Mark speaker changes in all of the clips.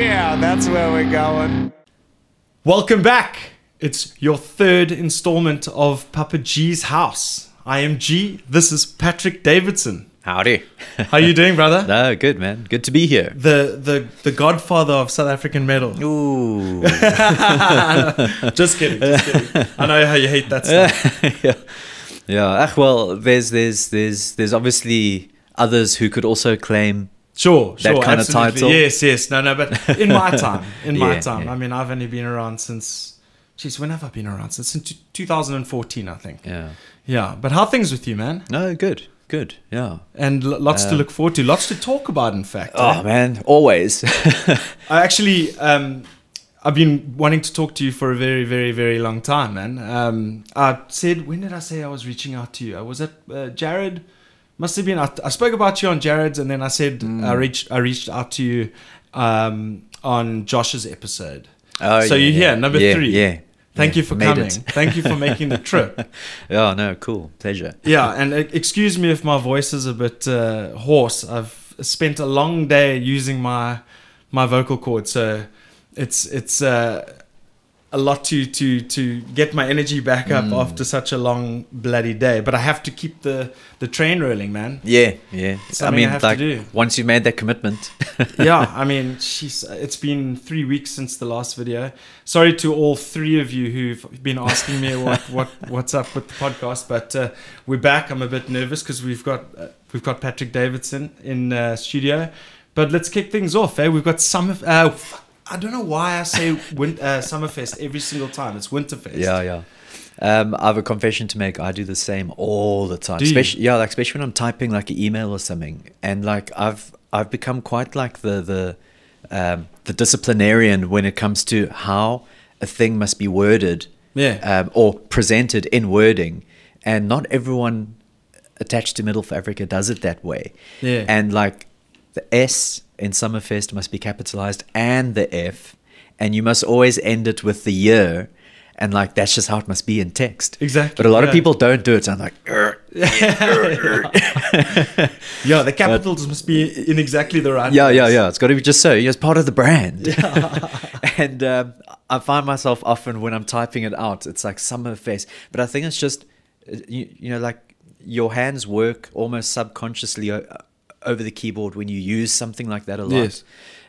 Speaker 1: That's where we're going.
Speaker 2: Welcome back. It's your third installment of Papa G's House. I am G. This is Patrick Davidson.
Speaker 3: Howdy.
Speaker 2: How you doing, brother?
Speaker 3: no, good man. Good to be here.
Speaker 2: The the the godfather of South African metal.
Speaker 3: Ooh.
Speaker 2: Just kidding. Just kidding. I know how you hate that stuff.
Speaker 3: yeah. Yeah. Ah, well, there's there's there's there's obviously others who could also claim
Speaker 2: Sure,
Speaker 3: That
Speaker 2: sure,
Speaker 3: kind of
Speaker 2: absolutely.
Speaker 3: title?
Speaker 2: Yes, yes. No, no, but in my time, in my
Speaker 3: Yeah,
Speaker 2: time.
Speaker 3: yeah.
Speaker 2: I mean, I've only been around since. Jeez, when have I been around? Since t- 2014, I think.
Speaker 3: Yeah.
Speaker 2: Yeah, but how are things with you, man?
Speaker 3: No, good. Good. Yeah.
Speaker 2: And l- lots to look forward to, lots to talk about, in fact.
Speaker 3: Um, Oh man, always. Oh,
Speaker 2: I actually, um, I've been wanting to talk to you for a very, very, very long time, man. Um, I said, when did I say I was reaching out to you? I was at uh, Jared. Must have been. I, I spoke about you on Jared's, and then I said
Speaker 3: Mm.
Speaker 2: I reached. I reached out to you um, on Josh's episode.
Speaker 3: Oh,
Speaker 2: so
Speaker 3: yeah,
Speaker 2: you're
Speaker 3: yeah.
Speaker 2: here, number
Speaker 3: Yeah,
Speaker 2: three.
Speaker 3: yeah.
Speaker 2: Thank
Speaker 3: Yeah,
Speaker 2: you for
Speaker 3: made it.
Speaker 2: coming. Thank you for making the trip.
Speaker 3: yeah, no, cool. Pleasure.
Speaker 2: Yeah, and uh, excuse me if my voice is a bit uh, hoarse. I've spent a long day using my my vocal cords, so it's it's uh, a lot to to to get my energy back up after such a long bloody day. But I have to keep the the train rolling, man.
Speaker 3: Yeah, yeah.
Speaker 2: Something I have to do.
Speaker 3: once you've made that commitment.
Speaker 2: yeah, I mean, jeez, it's been three weeks since the last video. Sorry to all three of you who've been asking me what, what what's up with the podcast, but uh, we're back. I'm a bit nervous because we've got uh, we've got Patrick Davidson in uh, studio, but let's kick things off. Eh, we've got summer. Uh, fuck, I don't know why I say win- uh, Summerfest every single time. It's Winterfest.
Speaker 3: yeah, yeah. Um, I have a confession to make. I do the same all the time.
Speaker 2: Do you?
Speaker 3: Especially, yeah, like especially when I'm typing like an email or something, and like I've I've become quite like the the um, the disciplinarian when it comes to how a thing must be worded,
Speaker 2: Yeah.
Speaker 3: um, or presented in wording, and not everyone attached to Middle for Africa does it that way.
Speaker 2: Yeah.
Speaker 3: and like the S in Summerfest must be capitalized and the F, and you must always end it with the year. And like that's just how it must be in text.
Speaker 2: Exactly,
Speaker 3: But a lot
Speaker 2: yeah.
Speaker 3: of people don't do it. So I'm like, "Urgh."
Speaker 2: yeah. The capitals must be in exactly the right.
Speaker 3: yeah, yeah,
Speaker 2: place.
Speaker 3: yeah. It's got to be just so. It's part of the brand. and um, I find myself often when I'm typing it out, it's like Summerfest. But I think it's just, uh, you, you know, like your hands work almost subconsciously o- uh, over the keyboard when you use something like that a lot.
Speaker 2: Yes.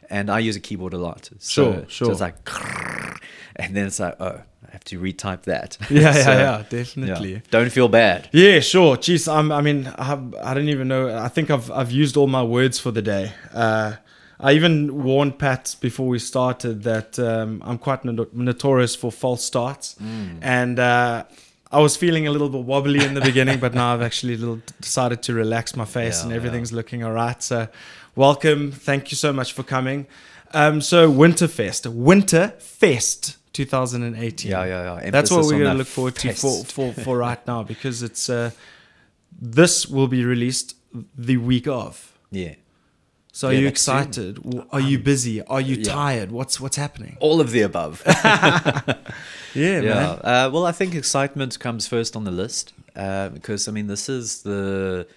Speaker 3: And I use a keyboard a lot.
Speaker 2: Sure,
Speaker 3: So, So
Speaker 2: sure.
Speaker 3: it's like, and then it's like, oh, I have to retype that.
Speaker 2: Yeah,
Speaker 3: So,
Speaker 2: yeah, yeah,
Speaker 3: yeah.
Speaker 2: definitely.
Speaker 3: Don't feel bad.
Speaker 2: Yeah, sure. Jeez, I'm, I mean, I, have- I don't even know. I think I've I've used all my words for the day. Uh, I even warned Pat before we started that um, I'm quite no- notorious for false starts,
Speaker 3: Mm.
Speaker 2: and uh, I was feeling a little bit wobbly in the beginning, but now I've actually little decided to relax my face,
Speaker 3: Yeah,
Speaker 2: and
Speaker 3: yeah.
Speaker 2: everything's looking all right. So, welcome. Thank you so much for coming. Um, so, Winterfest, Winterfest. 2018.
Speaker 3: Yeah, yeah, yeah.
Speaker 2: That's what
Speaker 3: Emphasis
Speaker 2: we're
Speaker 3: on
Speaker 2: going to
Speaker 3: that
Speaker 2: look forward to for,
Speaker 3: fest.
Speaker 2: for, for right now because it's uh, this will be released the week of.
Speaker 3: Yeah.
Speaker 2: So are
Speaker 3: Yeah,
Speaker 2: you
Speaker 3: that's soon. Um,
Speaker 2: excited? W- Are you busy? Are you
Speaker 3: yeah.
Speaker 2: tired? What's what's happening?
Speaker 3: All of the above.
Speaker 2: Yeah,
Speaker 3: Yeah. Uh, well, I think excitement comes first on the list uh, because I mean this is the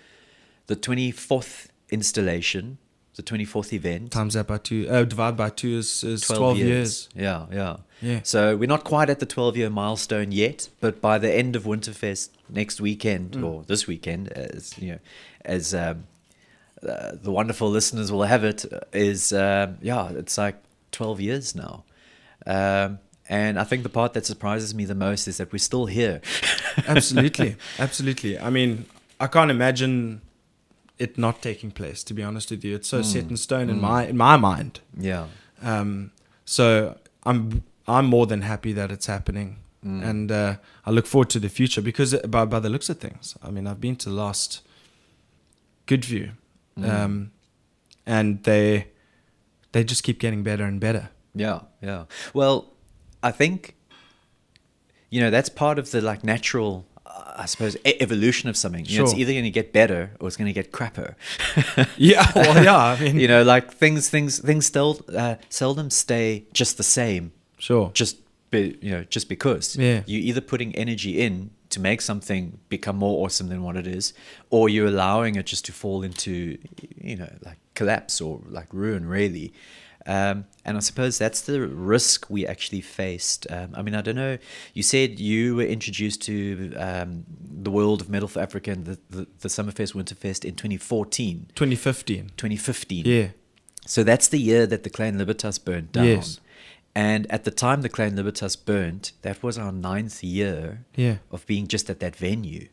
Speaker 3: the twenty fourth installation, the twenty fourth event.
Speaker 2: Times that by two. Uh, divide by two is, is twelve, years.
Speaker 3: Yeah, yeah,
Speaker 2: Yeah.
Speaker 3: So we're not quite at the twelve year milestone yet, but by the end of Winterfest next weekend
Speaker 2: Mm.
Speaker 3: or this weekend, as you know, as um, uh, the wonderful listeners will have it, is um, yeah, it's like twelve years now. Um, and I think the part that surprises me the most is that we're still here.
Speaker 2: absolutely, absolutely. I mean, I can't imagine it not taking place. To be honest with you, it's so
Speaker 3: Hmm.
Speaker 2: set in stone in my in my mind.
Speaker 3: Yeah.
Speaker 2: Um, so I'm I'm more than happy that it's happening,
Speaker 3: Mm.
Speaker 2: and uh, I look forward to the future because uh, by by the looks of things, I mean I've been to the last Good View,
Speaker 3: Mm.
Speaker 2: um, and they they just keep getting better and better.
Speaker 3: Yeah, yeah. Well, I think you know that's part of the like natural, uh, I suppose, e- evolution of something. You know, it's
Speaker 2: Sure.
Speaker 3: either going to get better or it's going to get crapper.
Speaker 2: Yeah, well, yeah. I mean,
Speaker 3: you know, like things, things, things still uh, seldom stay just the same,
Speaker 2: sure.
Speaker 3: just be, you know, just because.
Speaker 2: Yeah.
Speaker 3: You're either putting energy in to make something become more awesome than what it is, or you're allowing it just to fall into, you know, like collapse or like ruin, really. Um, and I suppose that's the risk we actually faced. Um, I mean, I don't know. You said you were introduced to um, the world of Metal for Africa and the, the, the Summerfest, Winterfest in 2014,
Speaker 2: 2015.
Speaker 3: 2015.
Speaker 2: Yeah.
Speaker 3: So that's the year that the Clan Libertas burnt down.
Speaker 2: Yes.
Speaker 3: And at the time the Clan Libertas burnt, that was our ninth year
Speaker 2: Yeah.
Speaker 3: of being just at that venue.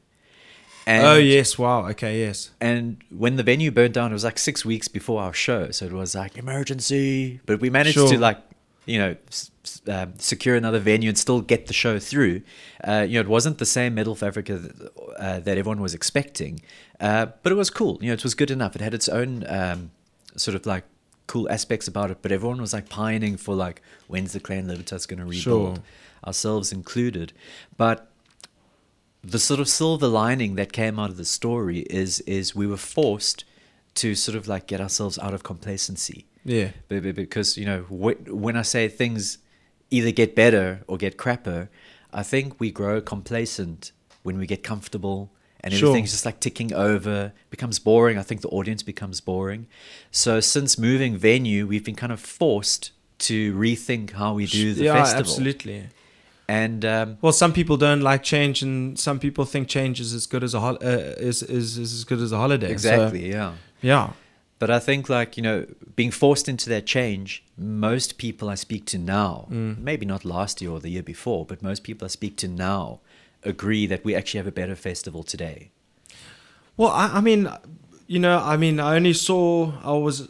Speaker 3: And,
Speaker 2: oh yes. Wow. Okay. Yes.
Speaker 3: And when the venue burnt down, it was like six weeks before our show. So it was like emergency. But we managed
Speaker 2: Sure.
Speaker 3: to like, you know, s- s- um, secure another venue and still get the show through. Uh, you know, it wasn't the same Metal of Africa that, uh, that everyone was expecting. Uh, but it was cool. You know, it was good enough. It had its own um, sort of like cool aspects about it. But everyone was like pining for like, when's the Clan Libertas going to rebuild?
Speaker 2: Sure.
Speaker 3: Ourselves included. But the sort of silver lining that came out of the story is is we were forced to sort of like get ourselves out of complacency
Speaker 2: Yeah.
Speaker 3: Be- be- because you know wh- when i say things either get better or get crapper i think we grow complacent when we get comfortable and
Speaker 2: Sure.
Speaker 3: everything's just like ticking over becomes boring i think the audience becomes boring so since moving venue we've been kind of forced to rethink how we do the
Speaker 2: yeah.
Speaker 3: festival
Speaker 2: Absolutely.
Speaker 3: and um,
Speaker 2: Well, some people don't like change, and some people think change is as good as a hol- uh, is, is is as good as a holiday. So,
Speaker 3: exactly yeah
Speaker 2: yeah.
Speaker 3: But I think, like, you know, being forced into that change, most people I speak to now,
Speaker 2: Mm.
Speaker 3: maybe not last year or the year before, but most people I speak to now agree that we actually have a better festival today.
Speaker 2: Well, I, I mean, you know, I mean, I only saw I was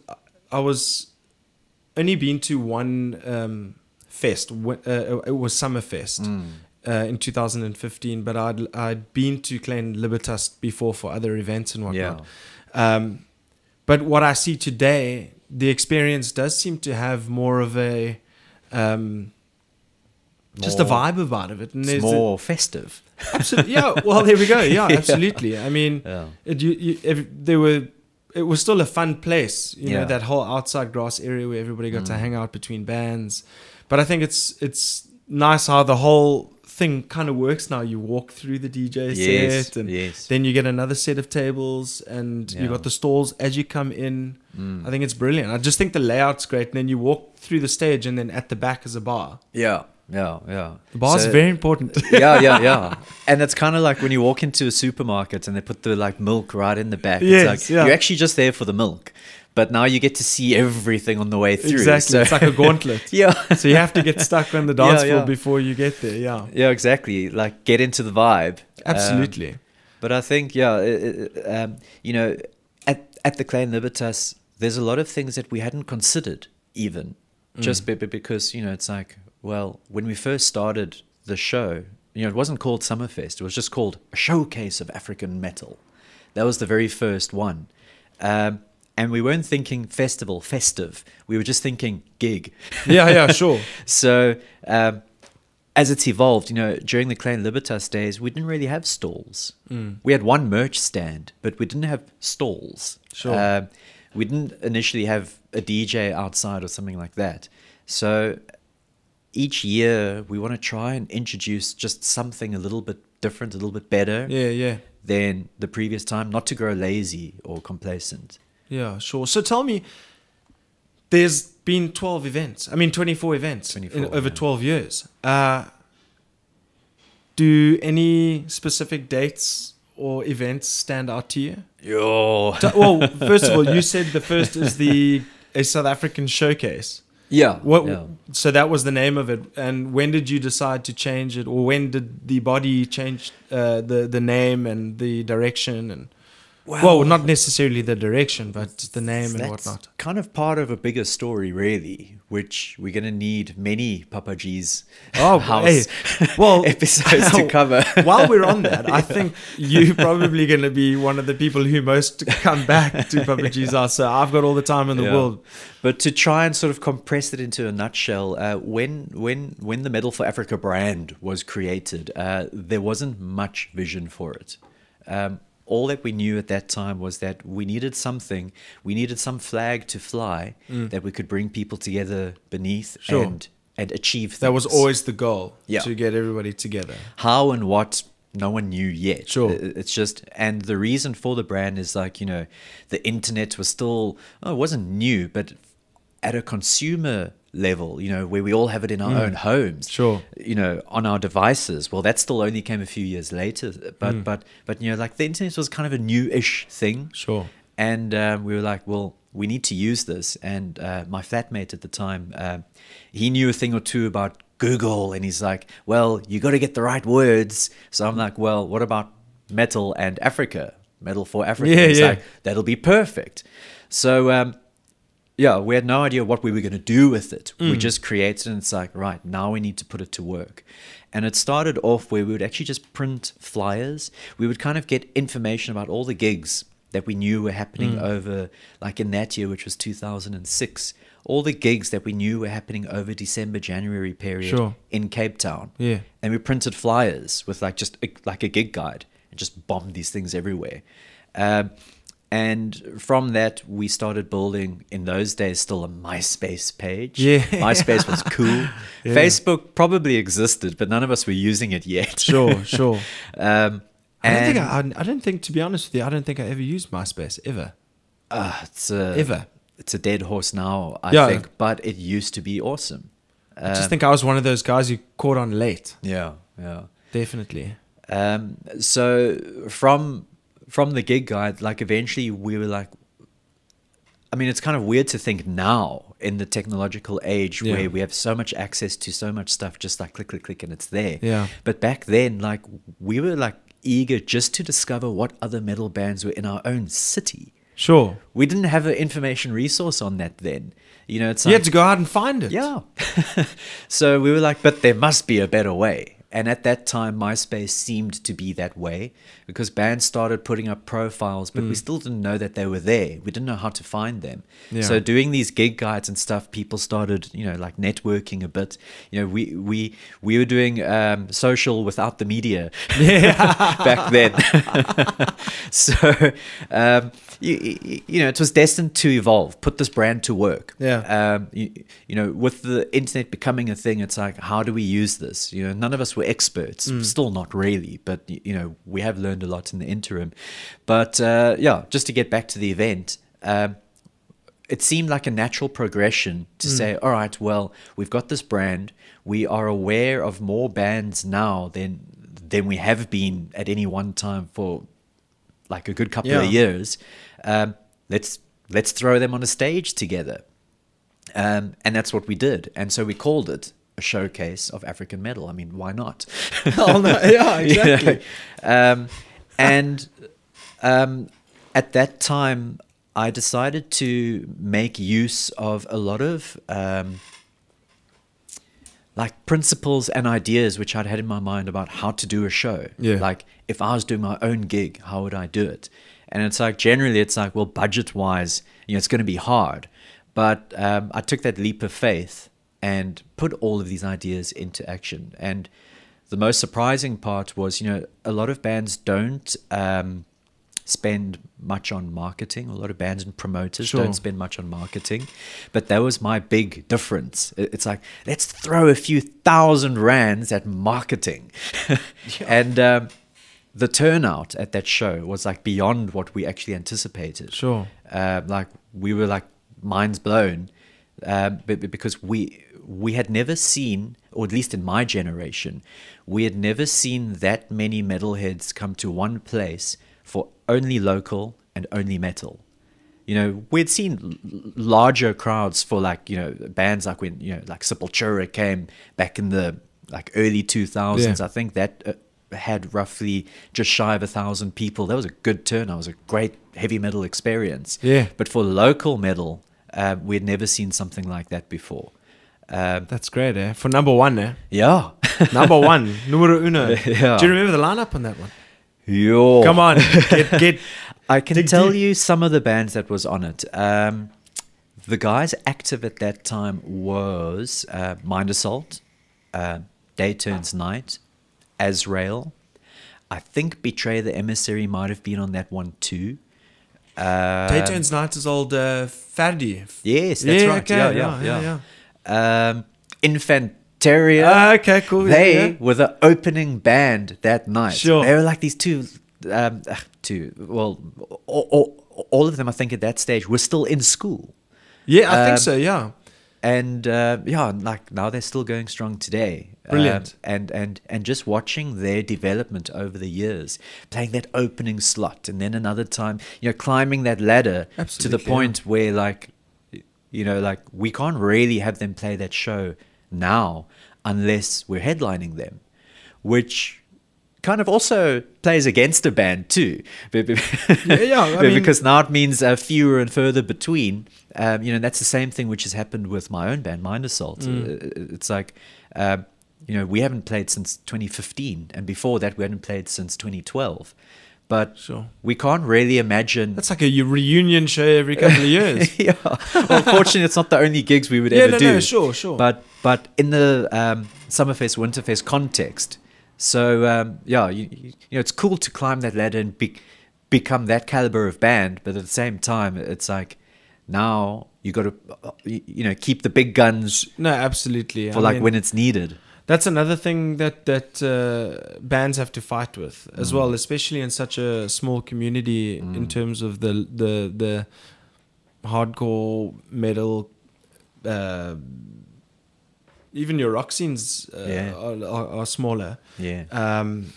Speaker 2: I was only been to one um, fest. wh- Uh, it was Summerfest
Speaker 3: Mm.
Speaker 2: uh, in 2015, but I'd I'd been to Clan Libertas before for other events and whatnot. Um, but what I see today, the experience does seem to have more of a um, just a
Speaker 3: More-
Speaker 2: vibe about it. And
Speaker 3: It's
Speaker 2: there's a-
Speaker 3: more festive.
Speaker 2: absolute- yeah. Well, there we go. Yeah,
Speaker 3: Yeah.
Speaker 2: absolutely. I mean,
Speaker 3: Yeah.
Speaker 2: it, you, you, ev there were it was still a fun place you
Speaker 3: Yeah. Mm.
Speaker 2: know that whole outside grass area where everybody got to hang out between bands but i think it's it's nice how the whole thing kind of works now you walk through the dj
Speaker 3: Yes.
Speaker 2: set and
Speaker 3: yes.
Speaker 2: then you get another set of tables and you
Speaker 3: Yeah.
Speaker 2: got the stalls as you come in
Speaker 3: Mm.
Speaker 2: i think it's brilliant i just think the layout's great and then you walk through the stage and then at the back is a bar
Speaker 3: Yeah. Yeah. Yeah.
Speaker 2: the bar's
Speaker 3: So-
Speaker 2: very important
Speaker 3: yeah, yeah, yeah. And that's kind of like when you walk into a supermarket and they put the like milk right in the back.
Speaker 2: Yes,
Speaker 3: it's like
Speaker 2: yeah.
Speaker 3: you're actually just there for the milk, but now you get to see everything on the way through.
Speaker 2: exactly
Speaker 3: So-
Speaker 2: it's like a gauntlet
Speaker 3: yeah.
Speaker 2: so you have to get stuck on the
Speaker 3: Yeah,
Speaker 2: dance floor
Speaker 3: yeah. Um,
Speaker 2: before you get there yeah
Speaker 3: Yeah, exactly. Like get into the vibe. Um,
Speaker 2: Absolutely.
Speaker 3: but I think yeah, i i- um, you know, at at the Clan Libertas, there's a lot of things that we hadn't considered even, just be, be- because you know it's like well, when we first started the show, you know, it wasn't called Summerfest. It was just called a showcase of African metal. That was the very first one. Um, and we weren't thinking festival, festive. We were just thinking gig.
Speaker 2: yeah, yeah, sure.
Speaker 3: So um, as it's evolved, you know, during the Clan Libertas days, we didn't really have stalls.
Speaker 2: Mm.
Speaker 3: We had one merch stand, but we didn't have stalls.
Speaker 2: Sure.
Speaker 3: Um, we didn't initially have a DJ outside or something like that. So each year, we want to try and introduce just something a little bit different, a little bit better
Speaker 2: Yeah, yeah,
Speaker 3: than the previous time, not to grow lazy or complacent.
Speaker 2: yeah, sure. So tell me, there's been 12 events. I mean, 24 events in-
Speaker 3: 24,
Speaker 2: over
Speaker 3: yeah.
Speaker 2: 12 years. Uh, do any specific dates or events stand out to you?
Speaker 3: Yo.
Speaker 2: T- Well, first of all, you said the first is the a South African showcase.
Speaker 3: Yeah.
Speaker 2: What?
Speaker 3: yeah.
Speaker 2: So that was the name of it. And when did you decide to change it, or when did the body change uh, the the name and the direction and? well, not necessarily the direction, but the name and
Speaker 3: That's
Speaker 2: whatnot.
Speaker 3: Kind of part of a bigger story, really, which we're going to need many Papa G's
Speaker 2: Oh, hey,
Speaker 3: house
Speaker 2: well,
Speaker 3: episodes to cover.
Speaker 2: While we're on that, I think you're probably going to be one of the people who most come back to Papa G's house. So I've got all the time in the
Speaker 3: Yeah.
Speaker 2: world.
Speaker 3: But to try and sort of compress it into a nutshell, uh, when when when the Medal for Africa brand was created, uh, there wasn't much vision for it. Um, all that we knew at that time was that we needed something, we needed some flag to fly that we could bring people together beneath
Speaker 2: Mm. Sure.
Speaker 3: and and achieve. Things.
Speaker 2: That was always the goal
Speaker 3: Yeah.
Speaker 2: to get everybody together.
Speaker 3: how and what no one knew yet.
Speaker 2: Sure.
Speaker 3: I- It's just, and the reason for the brand is like, you know, the internet was still, oh, it wasn't new, but at a consumer level, you know, where we all have it in our own homes,
Speaker 2: Hmm. Sure.
Speaker 3: you know, on our devices. Well, that still only came a few years later, but
Speaker 2: Hmm.
Speaker 3: but but you know, like the internet was kind of a new-ish thing,
Speaker 2: Sure.
Speaker 3: and um, we were like, well, we need to use this. And uh, my flatmate at the time, um, he knew a thing or two about Google, and he's like, well, you got to get the right words. So I'm like, well, what about metal and Africa? Metal for Africa.
Speaker 2: Yeah,
Speaker 3: he's
Speaker 2: yeah.
Speaker 3: like, that'll be perfect. So um, yeah, we had no idea what we were going to do with it. We just created, and it's like, right, now we need to put it to work. And it started off where we would actually just print flyers. We would kind of get information about all the gigs that we knew were happening over, like in that year, which was 2006, all the gigs that we knew were happening over December, January period
Speaker 2: Sure.
Speaker 3: in Cape Town.
Speaker 2: Yeah.
Speaker 3: And we printed flyers with like just a, like a gig guide and just bombed these things everywhere. Um, and from that, we started building in those days still a MySpace page.
Speaker 2: Yeah.
Speaker 3: MySpace was cool. Facebook probably existed, but none of us were using it yet.
Speaker 2: Sure. Sure.
Speaker 3: um,
Speaker 2: I don't think
Speaker 3: and
Speaker 2: I, I, I don't think to be honest with you, I don't think I ever used MySpace ever.
Speaker 3: uh, it's a,
Speaker 2: Ever.
Speaker 3: It's a dead horse now, I
Speaker 2: Yeah.
Speaker 3: think, but it used to be awesome.
Speaker 2: I
Speaker 3: Um,
Speaker 2: just think I was one of those guys who caught on late.
Speaker 3: Yeah, yeah.
Speaker 2: Definitely.
Speaker 3: Um, so from from the gig guide, like eventually we were like, I mean, it's kind of weird to think now in the technological age
Speaker 2: Yeah.
Speaker 3: where we have so much access to so much stuff, just like click, click, click, and it's there.
Speaker 2: Yeah.
Speaker 3: But back then, like we were like eager just to discover what other metal bands were in our own city.
Speaker 2: Sure.
Speaker 3: We didn't have an information resource on that then. You know, it's
Speaker 2: You
Speaker 3: like,
Speaker 2: had to go out and find it.
Speaker 3: yeah. so we were like, but there must be a better way. And at that time, MySpace seemed to be that way because bands started putting up profiles, but we
Speaker 2: Mm.
Speaker 3: still didn't know that they were there. We didn't know how to find them.
Speaker 2: Yeah.
Speaker 3: So doing these gig guides and stuff, people started, you know, like networking a bit. You know, we we we were doing um, social without the media back then. so um, you, you- you know, it was destined to evolve. Put this brand to work
Speaker 2: Yeah.
Speaker 3: um, you, you know, with the internet becoming a thing, it's like, how do we use this? You know, none of us were experts, still not really, but y- you know, we have learned a lot in the interim. But uh, yeah, just to get back to the event, um, it seemed like a natural progression to say,
Speaker 2: Hmm.
Speaker 3: all right, well, we've got this brand. We are aware of more bands now than than we have been at any one time for like a good couple of
Speaker 2: Yeah.
Speaker 3: years. Um, let's let's throw them on a stage together. Um, and that's what we did. And so we called it a showcase of African metal. I mean, why not?
Speaker 2: Oh, no. Yeah,
Speaker 3: You know?
Speaker 2: exactly.
Speaker 3: um, and um, at that time, I decided to make use of a lot of um, like principles and ideas which I'd had in my mind about how to do a show.
Speaker 2: Yeah.
Speaker 3: Like if I was doing my own gig, how would I do it? And it's like generally it's like, well, budget wise, you know, it's going to be hard. But um, I took that leap of faith and put all of these ideas into action. And the most surprising part was, you know, a lot of bands don't um, spend much on marketing. A lot of bands and promoters
Speaker 2: Sure.
Speaker 3: don't spend spend much on marketing, but that was my big difference. It- It's like let's throw a few thousand rands at marketing, and um, the turnout at that show was like beyond what we actually anticipated.
Speaker 2: Sure.
Speaker 3: Uh, like we were like minds blown, uh, be- be- because we we had never seen, or at least in my generation, we had never seen that many metalheads come to one place for only local and only metal. You know, we'd seen l- l- larger crowds for like you know bands like when you know like Sepultura came back in the like early two thousands.
Speaker 2: Yeah.
Speaker 3: I think that uh, had roughly just shy of a thousand people. That was a good turnout. It was a great heavy metal experience.
Speaker 2: Yeah.
Speaker 3: But for local metal, uh, we had never seen something like that before. Um,
Speaker 2: That's great, eh? For number one, eh?
Speaker 3: yeah.
Speaker 2: Number one, numero uno.
Speaker 3: Yeah. Oh.
Speaker 2: Do you remember the lineup on that one?
Speaker 3: Yo.
Speaker 2: Come on, get, get
Speaker 3: I can
Speaker 2: Dig
Speaker 3: tell
Speaker 2: deep.
Speaker 3: you some of the bands that was on it. Um, the guys active at that time was uh, Mind Assault, uh, Day Turns Night, Azrael. I think Betray the Emissary might have been on that one too. Uh,
Speaker 2: Day Turns Night is old uh, Faddy.
Speaker 3: Yes, that's
Speaker 2: Yeah,
Speaker 3: right.
Speaker 2: okay,
Speaker 3: yeah,
Speaker 2: yeah,
Speaker 3: yeah,
Speaker 2: yeah,
Speaker 3: yeah. Um, Infanteria.
Speaker 2: Ah, okay, cool,
Speaker 3: They
Speaker 2: yeah.
Speaker 3: were the opening band that night.
Speaker 2: Sure.
Speaker 3: They were like these two, um, ugh, two. Well, all, all, all of them, I think, at that stage were still in school.
Speaker 2: Yeah, I
Speaker 3: Um,
Speaker 2: think so. Yeah.
Speaker 3: and uh, yeah, and, like now they're still going strong today. Um,
Speaker 2: Brilliant.
Speaker 3: and and and just watching their development over the years, playing that opening slot, and then another time, you know, climbing that ladder to
Speaker 2: Absolutely,
Speaker 3: the
Speaker 2: yeah.
Speaker 3: point where like, you know, like we can't really have them play that show now unless we're headlining them, which kind of also plays against a band too yeah,
Speaker 2: yeah, I mean-
Speaker 3: because now it means uh, fewer and further between. Um, you know, that's the same thing which has happened with my own band, Mind Assault.
Speaker 2: Mm.
Speaker 3: Uh, It's like, um, you know, we haven't played since 2015, and before that, we hadn't played since 2012. But
Speaker 2: Sure.
Speaker 3: we can't really imagine.
Speaker 2: That's like a u- reunion show every couple of years.
Speaker 3: yeah. Well, fortunately, it's not the only gigs we would
Speaker 2: yeah,
Speaker 3: ever
Speaker 2: no,
Speaker 3: do.
Speaker 2: no, sure, sure.
Speaker 3: But but in the um, Summerfest Winterfest context, so um, yeah, you, you know it's cool to climb that ladder and be, become that caliber of band, but at the same time, it's like now you got to you know keep the big guns
Speaker 2: no, absolutely.
Speaker 3: for
Speaker 2: I
Speaker 3: like
Speaker 2: mean-
Speaker 3: when it's needed.
Speaker 2: That's another thing that that uh, bands have to fight with as
Speaker 3: Mm.
Speaker 2: well, especially in such a small community in terms of the the the hardcore metal. Uh, even your rock scenes uh,
Speaker 3: Yeah.
Speaker 2: are, are, are smaller,
Speaker 3: Yeah.
Speaker 2: um,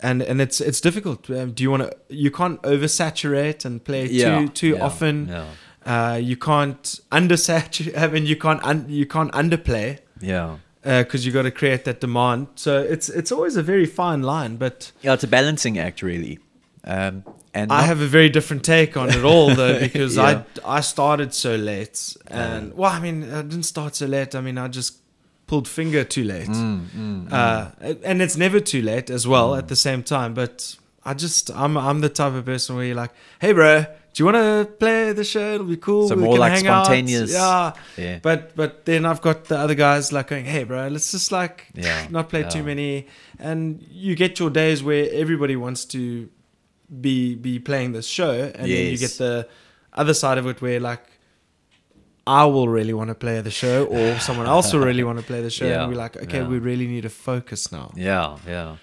Speaker 2: and and it's it's difficult. Um, do you want to? You can't oversaturate and play too too
Speaker 3: yeah,
Speaker 2: often.
Speaker 3: Yeah.
Speaker 2: Uh, you can't undersaturate. I mean, you can't un- you can't underplay
Speaker 3: Yeah.
Speaker 2: because uh, you got to create that demand. So it's it's always a very fine line. But
Speaker 3: Yeah, it's a balancing act, really. Um, and
Speaker 2: I
Speaker 3: not-
Speaker 2: have a very different take on it all, though, because
Speaker 3: Yeah.
Speaker 2: I I started so late, and well, I mean, I didn't start so late. I mean, I just pulled finger too late,
Speaker 3: Mm,
Speaker 2: uh, and it's never too late as well. At the same time, but I just I'm I'm the type of person where you're like, hey, bro. Do you want to play the show? It'll be cool.
Speaker 3: So
Speaker 2: we
Speaker 3: more
Speaker 2: can
Speaker 3: like
Speaker 2: hang out."
Speaker 3: spontaneous.
Speaker 2: Yeah.
Speaker 3: yeah.
Speaker 2: But but then I've got the other guys like going, hey bro, let's just like
Speaker 3: Yeah,
Speaker 2: not play
Speaker 3: yeah.
Speaker 2: too many, and you get your days where everybody wants to be be playing this show, and then you
Speaker 3: Yes.
Speaker 2: get the other side of it where like I will really want to play the show, or someone else will really want to play the show,
Speaker 3: Yeah,
Speaker 2: and we're like, okay,
Speaker 3: yeah.
Speaker 2: we really need to focus now.
Speaker 3: Yeah, yeah.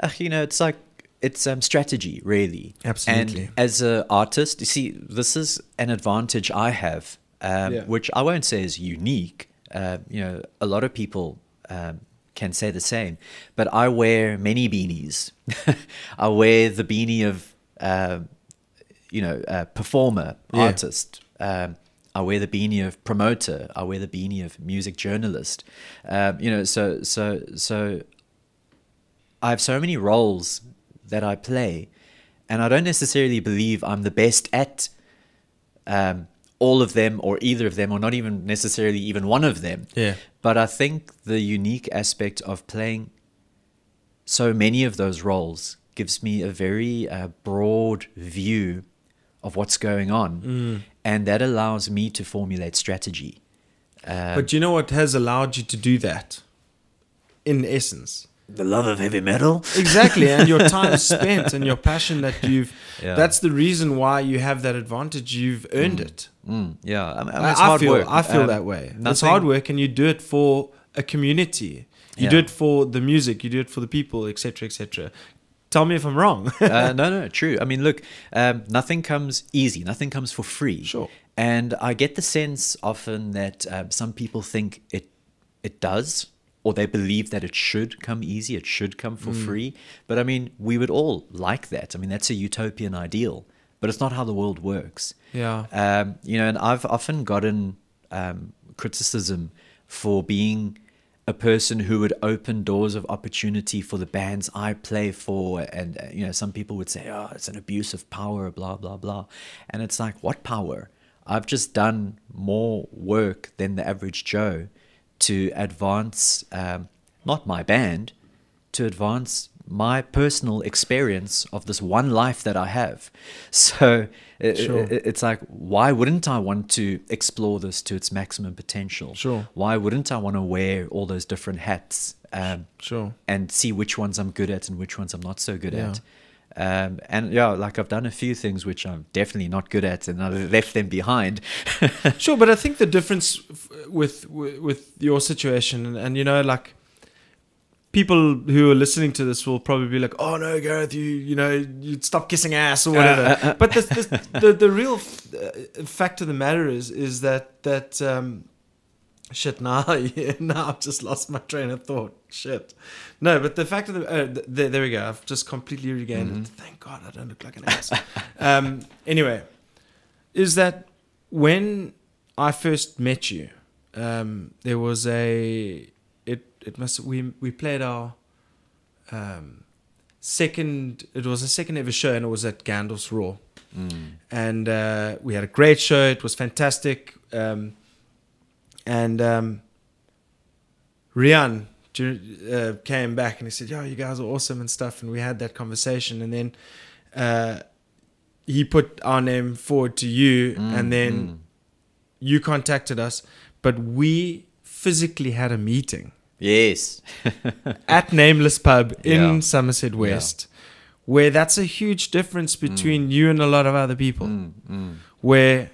Speaker 3: Uh, you know, it's like it's um, strategy, really.
Speaker 2: Absolutely.
Speaker 3: And as an artist, you see, this is an advantage I have, um,
Speaker 2: Yeah.
Speaker 3: which I won't say is unique. Uh, you know, a lot of people um, can say the same, but I wear many beanies. I wear the beanie of, um you know, uh, performer,
Speaker 2: Yeah.
Speaker 3: artist. Um, I wear the beanie of promoter. I wear the beanie of music journalist. Um, you know, so so so I have so many roles that I play, and I don't necessarily believe I'm the best at um, all of them, or either of them, or not even necessarily even one of them.
Speaker 2: Yeah.
Speaker 3: But I think the unique aspect of playing so many of those roles gives me a very uh, broad view of what's going on,
Speaker 2: Mm.
Speaker 3: and that allows me to formulate strategy. Um,
Speaker 2: But you know what has allowed you to do that, in essence.
Speaker 3: the love of heavy metal.
Speaker 2: exactly and your time spent and your passion that you've
Speaker 3: Yeah.
Speaker 2: that's the reason why you have that advantage you've earned it
Speaker 3: Mm, yeah, I, mean,
Speaker 2: I,
Speaker 3: it's
Speaker 2: I
Speaker 3: hard
Speaker 2: feel
Speaker 3: work.
Speaker 2: i feel
Speaker 3: Um,
Speaker 2: that way it's
Speaker 3: nothing-
Speaker 2: hard work and you do it for a community you do
Speaker 3: Yeah.
Speaker 2: it for the music you do it for the people etc etc tell me if i'm wrong
Speaker 3: uh, no, no, true. I mean, look, um, nothing comes easy. Nothing comes for free.
Speaker 2: Sure.
Speaker 3: And I get the sense often that um, some people think it it does, or they believe that it should come easy. It should come for
Speaker 2: Mm.
Speaker 3: free. But I mean, we would all like that. I mean, that's a utopian ideal. But it's not how the world works.
Speaker 2: yeah
Speaker 3: Um, you know, and I've often gotten um, criticism for being a person who would open doors of opportunity for the bands I play for. And, uh, you know, some people would say, oh, it's an abuse of power, blah, blah, blah. And it's like, what power? I've just done more work than the average Joe to advance, um, not my band, to advance my personal experience of this one life that I have. So uh, i-
Speaker 2: Sure.
Speaker 3: i- it's like, why wouldn't I want to explore this to its maximum potential?
Speaker 2: Sure.
Speaker 3: Why wouldn't I want to wear all those different hats um,
Speaker 2: sure
Speaker 3: and see which ones I'm good at and which ones I'm not so good
Speaker 2: Yeah.
Speaker 3: at? Um, and yeah, like I've done a few things which I'm definitely not good at and I left them behind.
Speaker 2: Sure, but I think the difference f- with with, with your situation and, and you know like people who are listening to this will probably be like, "Oh no, Gareth, you you know, you stop kissing ass or whatever." but the, the, the the real uh, fact of the matter is is that that um, shit. Now yeah, now I've just lost my train of thought. Shit. No, but the fact of the uh, th- there, there we go. I've just completely regained it. Thank God I don't look like an ass. um, anyway, is that when I first met you, um, there was a it it must we we played our um, second it was a second ever show and it was at Gandalf's Raw and uh, we had a great show it was fantastic um, and um, Rian do you- uh, came back and he said yo you guys are awesome and stuff and we had that conversation and then uh, he put our name forward to you
Speaker 3: Mm,
Speaker 2: and then you contacted us but we physically had a meeting
Speaker 3: Yes.
Speaker 2: at Nameless Pub in
Speaker 3: Yeah. Mm.
Speaker 2: Somerset West, where that's a huge difference between you and a lot of other people.
Speaker 3: Hmm.
Speaker 2: Where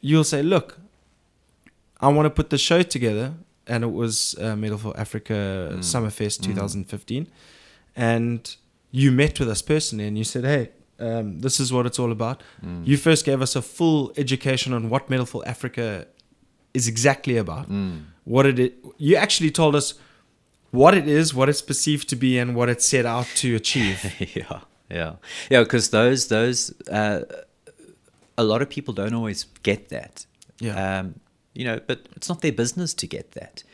Speaker 2: you'll say, Look, I want to put the show together. And it was uh, Medal for Africa Summerfest 2015. And you met with us personally and you said, Hey, um, this is what it's all about. You first gave us a full education on what Medal for Africa is exactly about. What it i- you actually told us what it is, what it's perceived to be, and what it's set out to achieve.
Speaker 3: yeah, yeah, yeah. Because those those uh, a lot of people don't always get that.
Speaker 2: Yeah.
Speaker 3: Um, you know, but it's not their business to get that.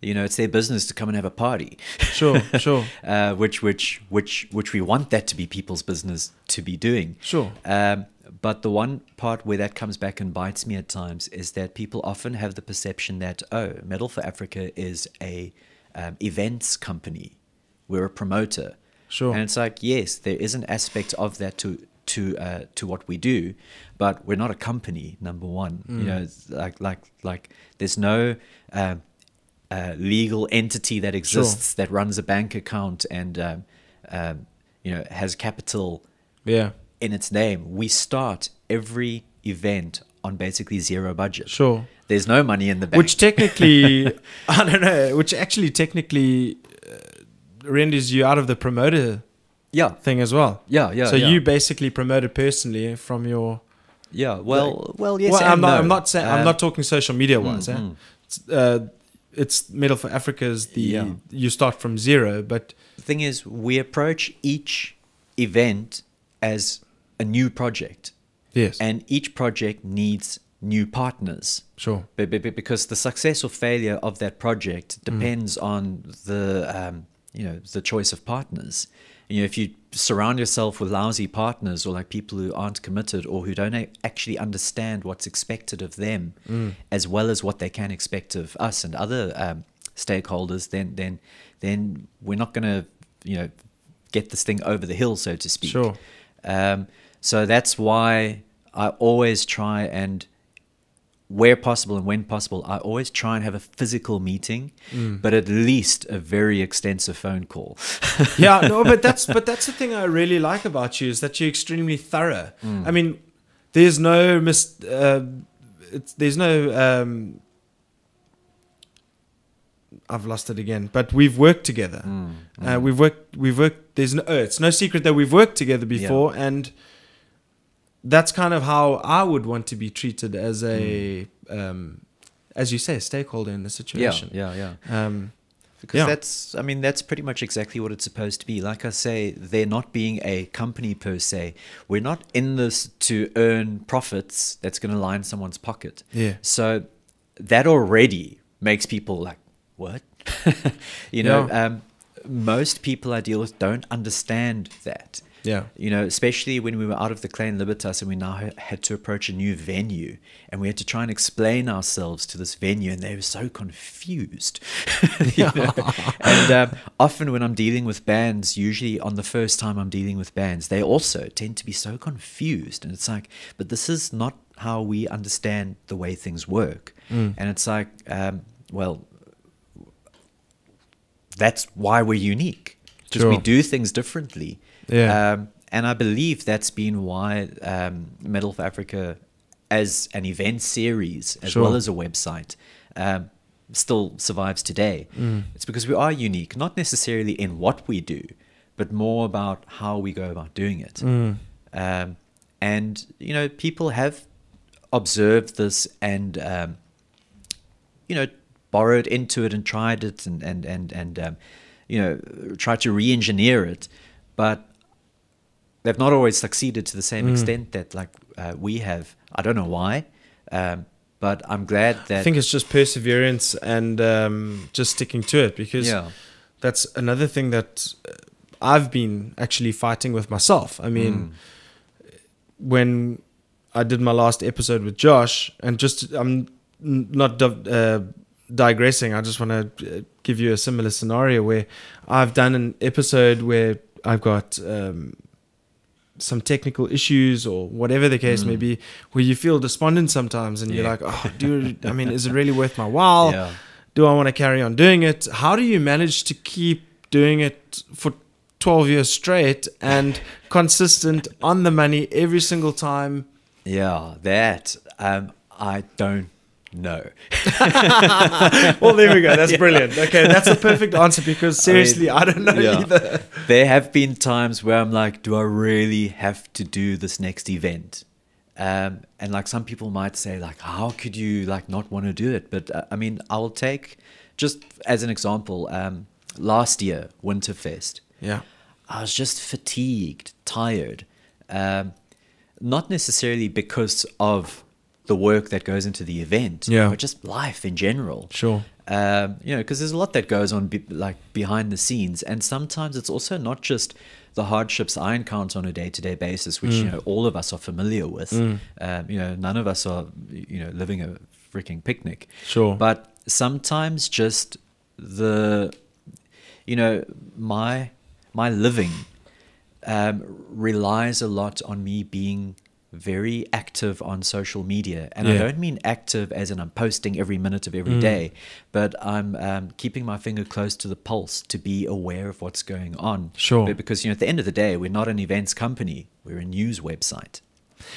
Speaker 3: You know, it's their business to come and have a party.
Speaker 2: Sure, sure.
Speaker 3: uh, which which which which we want that to be people's business to be doing.
Speaker 2: Sure.
Speaker 3: Um, but the one part where that comes back and bites me at times is that people often have the perception that oh, Medal for Africa is a um, events company. We're a promoter.
Speaker 2: Sure.
Speaker 3: And it's like yes, there is an aspect of that to to uh, to what we do, but we're not a company. Number one, you know, it's like like like there's no. Um, uh, legal entity that exists that runs a bank account and um, um, you know has capital
Speaker 2: yeah,
Speaker 3: in its name. We start every event on basically zero budget.
Speaker 2: sure.
Speaker 3: There's no money in the bank.
Speaker 2: Which technically, I don't know. Which actually technically uh, renders you out of the promoter
Speaker 3: yeah,
Speaker 2: thing as well.
Speaker 3: yeah, yeah.
Speaker 2: so
Speaker 3: yeah.
Speaker 2: you basically promoted personally from your.
Speaker 3: yeah. Well, well, yes.
Speaker 2: well,
Speaker 3: and
Speaker 2: I'm not.
Speaker 3: no. mm-hmm.
Speaker 2: I'm not saying. I'm
Speaker 3: Um,
Speaker 2: not talking social media wise. eh? It's, uh, it's Medal for Africa is the
Speaker 3: Yeah.
Speaker 2: you start from zero, but
Speaker 3: The Um, thing is, we approach each event as a new project,
Speaker 2: yes,
Speaker 3: and each project needs new partners.
Speaker 2: sure, Mm.
Speaker 3: Be- be- be- because the success or failure of that project depends on the um, you know the choice of partners. You know, if you surround yourself with lousy partners or like people who aren't committed or who don't a- actually understand what's expected of them,
Speaker 2: Mm.
Speaker 3: as well as what they can expect of us and other um, stakeholders, then then then we're not going to you know get this thing over the hill, so to speak.
Speaker 2: Sure.
Speaker 3: Um, so that's why I always try and where possible and when possible, I always try and have a physical meeting, but at least a very extensive phone call.
Speaker 2: yeah, no, but that's but that's the thing I really like about you is that you're extremely thorough.
Speaker 3: Hmm.
Speaker 2: I mean, there's no mis- uh, it's, there's no um, I've lost it again. But we've worked together.
Speaker 3: Hmm,
Speaker 2: Uh, we've worked. We've worked. There's no. oh, it's no secret that we've worked together before, and that's kind of how I would want to be treated as a, um, as you say, a stakeholder in the
Speaker 3: Hmm. yeah,
Speaker 2: situation.
Speaker 3: yeah, yeah.
Speaker 2: Um,
Speaker 3: Because
Speaker 2: Yeah.
Speaker 3: that's, I mean, that's pretty much exactly what it's supposed to be. Like I say, there not being a company per se, we're not in this to earn profits that's going to line someone's pocket.
Speaker 2: Yeah.
Speaker 3: So that already makes people like, what? you know,
Speaker 2: Yeah.
Speaker 3: um, most people I deal with don't understand that.
Speaker 2: yeah.
Speaker 3: You know, especially when we were out of the Clan Libertas and we now ha- had to approach a new venue and we had to try and explain ourselves to this venue and they were so confused. You know? and um, often when I'm dealing with bands, usually on the first time I'm dealing with bands, they also tend to be so confused. And it's like, but this is not how we understand the way things work.
Speaker 2: Mm.
Speaker 3: And it's like, um, well, that's why we're unique because we
Speaker 2: Sure.
Speaker 3: do things differently.
Speaker 2: Yeah.
Speaker 3: Um, and I believe that's been why um, Medal for Africa, as an event series as
Speaker 2: Sure.
Speaker 3: well as a website, um, still survives today. It's because we are unique, not necessarily in what we do, but more about how we go about doing it. Um, and, you know, people have observed this and, um, you know, borrowed into it and tried it and, and, and, and um, you know, tried to re engineer it. But they've not always succeeded to the
Speaker 2: Mm.
Speaker 3: same extent that like uh, we have. I don't know why, um, but I'm glad that
Speaker 2: I think it's just perseverance and um, just sticking to it because
Speaker 3: yeah,
Speaker 2: that's another thing that uh, I've been actually fighting with myself. I mean, when I did my last episode with Josh, and just I'm n- not div- uh, digressing. I just want to give you a similar scenario where I've done an episode where I've got um, some technical issues or whatever the case may be, where you feel despondent sometimes, and you're
Speaker 3: Yeah.
Speaker 2: like, "Oh, dude, I mean, is it really worth my while?
Speaker 3: yeah,
Speaker 2: do I want to carry on doing it? How do you manage to keep doing it for 12 years straight and consistent on the money every single time?
Speaker 3: yeah, that um, I don't know.
Speaker 2: Well, there we go. That's brilliant. Okay, that's the perfect answer because seriously, I, don't know
Speaker 3: yeah.
Speaker 2: either.
Speaker 3: there have been times where I'm like, do I really have to do this next event? Um, and like some people might say, like, how could you like not want to do it? But uh, I mean, I will take just as an example. Um, last year, Winterfest,
Speaker 2: Yeah.
Speaker 3: I was just fatigued, tired. Um, not necessarily because of the work that goes into the event,
Speaker 2: Yeah.
Speaker 3: but just life in general.
Speaker 2: Sure.
Speaker 3: Um, you know, because there's a lot that goes on be- like behind the scenes, and sometimes it's also not just the hardships I encounter on a day-to-day basis, which you know all of us are familiar with. Um, you know, none of us are you know living a freaking picnic.
Speaker 2: Sure.
Speaker 3: But sometimes just the, you know, my my living um, relies a lot on me being very active on social media, and I
Speaker 2: Yeah. Mm.
Speaker 3: don't mean active as in I'm posting every minute of every day, but I'm um, keeping my finger close to the pulse to be aware of what's going on.
Speaker 2: Sure.
Speaker 3: Be- because you know at the end of the day, we're not an events company; we're a news website.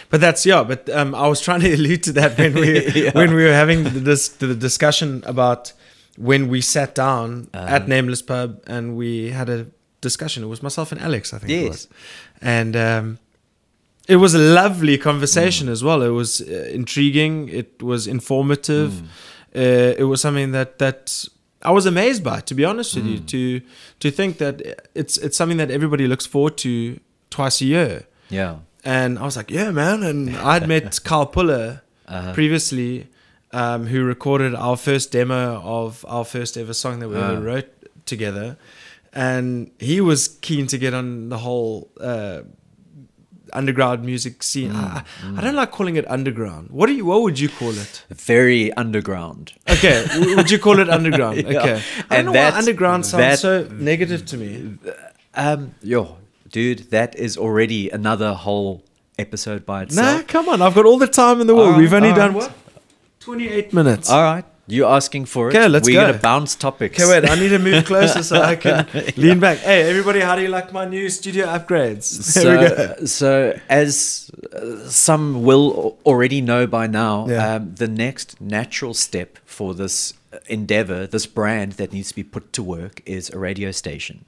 Speaker 2: But that's yeah. But um, I was trying to allude to that when we
Speaker 3: Yeah.
Speaker 2: when we were having the, dis- the discussion about when we sat down
Speaker 3: Uh-huh.
Speaker 2: at Nameless Pub and we had a discussion. It was myself and Alex, I think it
Speaker 3: Yes.
Speaker 2: was, and um, it was a lovely conversation
Speaker 3: Mm.
Speaker 2: as well. It was uh, intriguing. It was informative.
Speaker 3: Mm.
Speaker 2: Uh, it was something that that. I was amazed by, to be honest with
Speaker 3: Mm.
Speaker 2: you, to to think that it's it's something that everybody looks forward to twice a year.
Speaker 3: Yeah.
Speaker 2: And I was like, yeah, man. And I'd met Carl Puller
Speaker 3: Uh-huh.
Speaker 2: previously, um, who recorded our first demo of our first ever song that we ever
Speaker 3: Ah.
Speaker 2: wrote together. And he was keen to get on the whole uh, underground music
Speaker 3: Mm,
Speaker 2: scene. I, I don't like calling it underground. What do you? What would you call it?
Speaker 3: Very underground.
Speaker 2: Okay, w- would you call it underground? Okay,
Speaker 3: Yeah.
Speaker 2: I don't
Speaker 3: And
Speaker 2: know why
Speaker 3: that-
Speaker 2: underground sounds
Speaker 3: that-
Speaker 2: so negative to me.
Speaker 3: Um, yo, dude, that is already another whole episode by itself.
Speaker 2: Nah, come on. I've got all the time in the world.
Speaker 3: Alright,
Speaker 2: We've only done
Speaker 3: alright.
Speaker 2: what? Twenty-eight minutes.
Speaker 3: All right, you're asking for it.
Speaker 2: Okay, let's
Speaker 3: We're
Speaker 2: go.
Speaker 3: gonna bounce topics.
Speaker 2: Okay, wait, I need to move closer so I can lean back. Hey, everybody, how do you like my new studio upgrades? There we go.
Speaker 3: so, so as uh, some will al- already know by now,
Speaker 2: Yeah.
Speaker 3: um, the next natural step for this endeavor, this brand that needs to be put to work, is a radio station,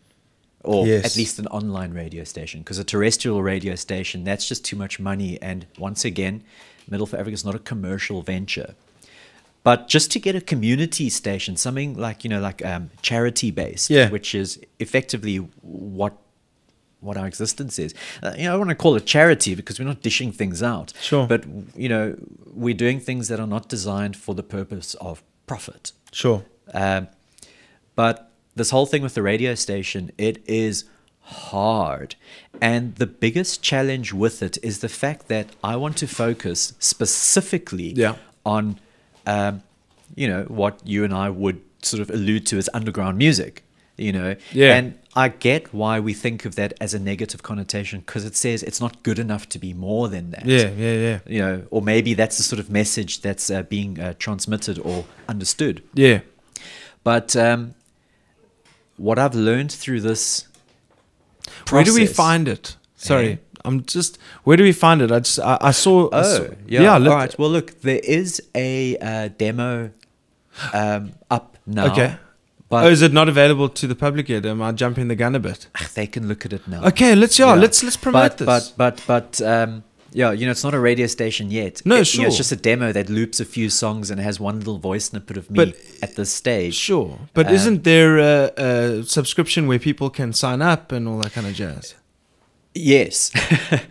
Speaker 3: or
Speaker 2: Yes.
Speaker 3: at least an online radio station. Because a terrestrial radio station, that's just too much money. And once again, Middle for Africa is not a commercial venture. But just to get a community station, something like you know, like um, charity based,
Speaker 2: Yeah.
Speaker 3: which is effectively what what our existence is. Uh, you know, I want to call it charity because we're not dishing things out.
Speaker 2: Sure.
Speaker 3: But you know, we're doing things that are not designed for the purpose of profit.
Speaker 2: Sure.
Speaker 3: Um, but this whole thing with the radio station, it is hard. And the biggest challenge with it is the fact that I want to focus specifically
Speaker 2: Yeah.
Speaker 3: on, um, you know, what you and I would sort of allude to as underground music, you know.
Speaker 2: Yeah.
Speaker 3: And I get why we think of that as a negative connotation because it says it's not good enough to be more than that
Speaker 2: Yeah, yeah, yeah.
Speaker 3: you know, or maybe that's the sort of message that's uh, being uh, transmitted or understood.
Speaker 2: Yeah.
Speaker 3: But um, what I've learned through this,
Speaker 2: Where do we
Speaker 3: process-
Speaker 2: find it? Sorry.
Speaker 3: Eh?
Speaker 2: I'm just. Where do we find it? I just. I, I saw. I saw-
Speaker 3: Oh, yeah,
Speaker 2: look,
Speaker 3: all right. Well, look, there is a uh, demo um, up now.
Speaker 2: Okay.
Speaker 3: But
Speaker 2: oh, is it not available to the public yet? Am I jumping the gun a bit?
Speaker 3: ugh, they can look at it now.
Speaker 2: Okay, let's yeah,
Speaker 3: Yeah.
Speaker 2: let's let's promote
Speaker 3: But,
Speaker 2: this.
Speaker 3: but but but um, yeah, you know, it's not a radio station yet.
Speaker 2: No,
Speaker 3: It- you know,
Speaker 2: sure.
Speaker 3: it's just a demo that loops a few songs and has one little voice snippet of me
Speaker 2: But-
Speaker 3: at this stage.
Speaker 2: sure, but
Speaker 3: Um,
Speaker 2: isn't there a, a subscription where people can sign up and all that kind of jazz?
Speaker 3: Yes.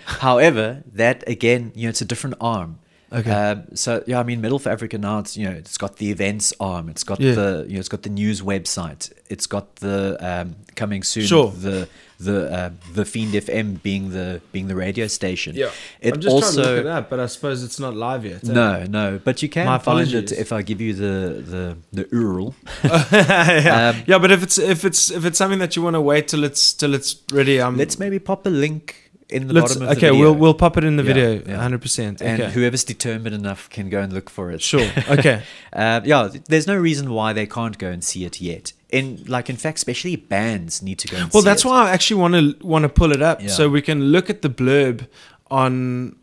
Speaker 3: However, that again, you know, it's a different arm.
Speaker 2: Okay.
Speaker 3: Um, so yeah, I mean, Middle for Africa now, it's you know, it's got the events arm, it's got
Speaker 2: Yeah.
Speaker 3: the you know, it's got the news website, it's got the um, coming soon,
Speaker 2: Sure.
Speaker 3: the the uh, the Fiend FM being the being the radio station. It
Speaker 2: I'm just
Speaker 3: also
Speaker 2: trying to look it up, but I suppose it's not live yet. eh?
Speaker 3: no, no, but you can
Speaker 2: My
Speaker 3: find
Speaker 2: apologies. Mm.
Speaker 3: it if I give you the the the URL.
Speaker 2: yeah.
Speaker 3: Um,
Speaker 2: yeah, but if it's if it's if it's something that you want to wait till it's till it's ready, um,
Speaker 3: Let's maybe pop a link in the
Speaker 2: let's-
Speaker 3: bottom of
Speaker 2: okay,
Speaker 3: the video.
Speaker 2: we'll we'll pop it in the
Speaker 3: Yeah,
Speaker 2: video,
Speaker 3: yeah.
Speaker 2: 100. percent
Speaker 3: and
Speaker 2: Okay,
Speaker 3: whoever's determined enough can go and look for it.
Speaker 2: sure. Okay,
Speaker 3: Uh, yeah, th- there's no reason why they can't go and see it yet. In like, in fact, especially bands need to go. And
Speaker 2: well,
Speaker 3: see
Speaker 2: that's
Speaker 3: it.
Speaker 2: why I actually want to want to pull it up
Speaker 3: Yeah.
Speaker 2: so we can look at the blurb on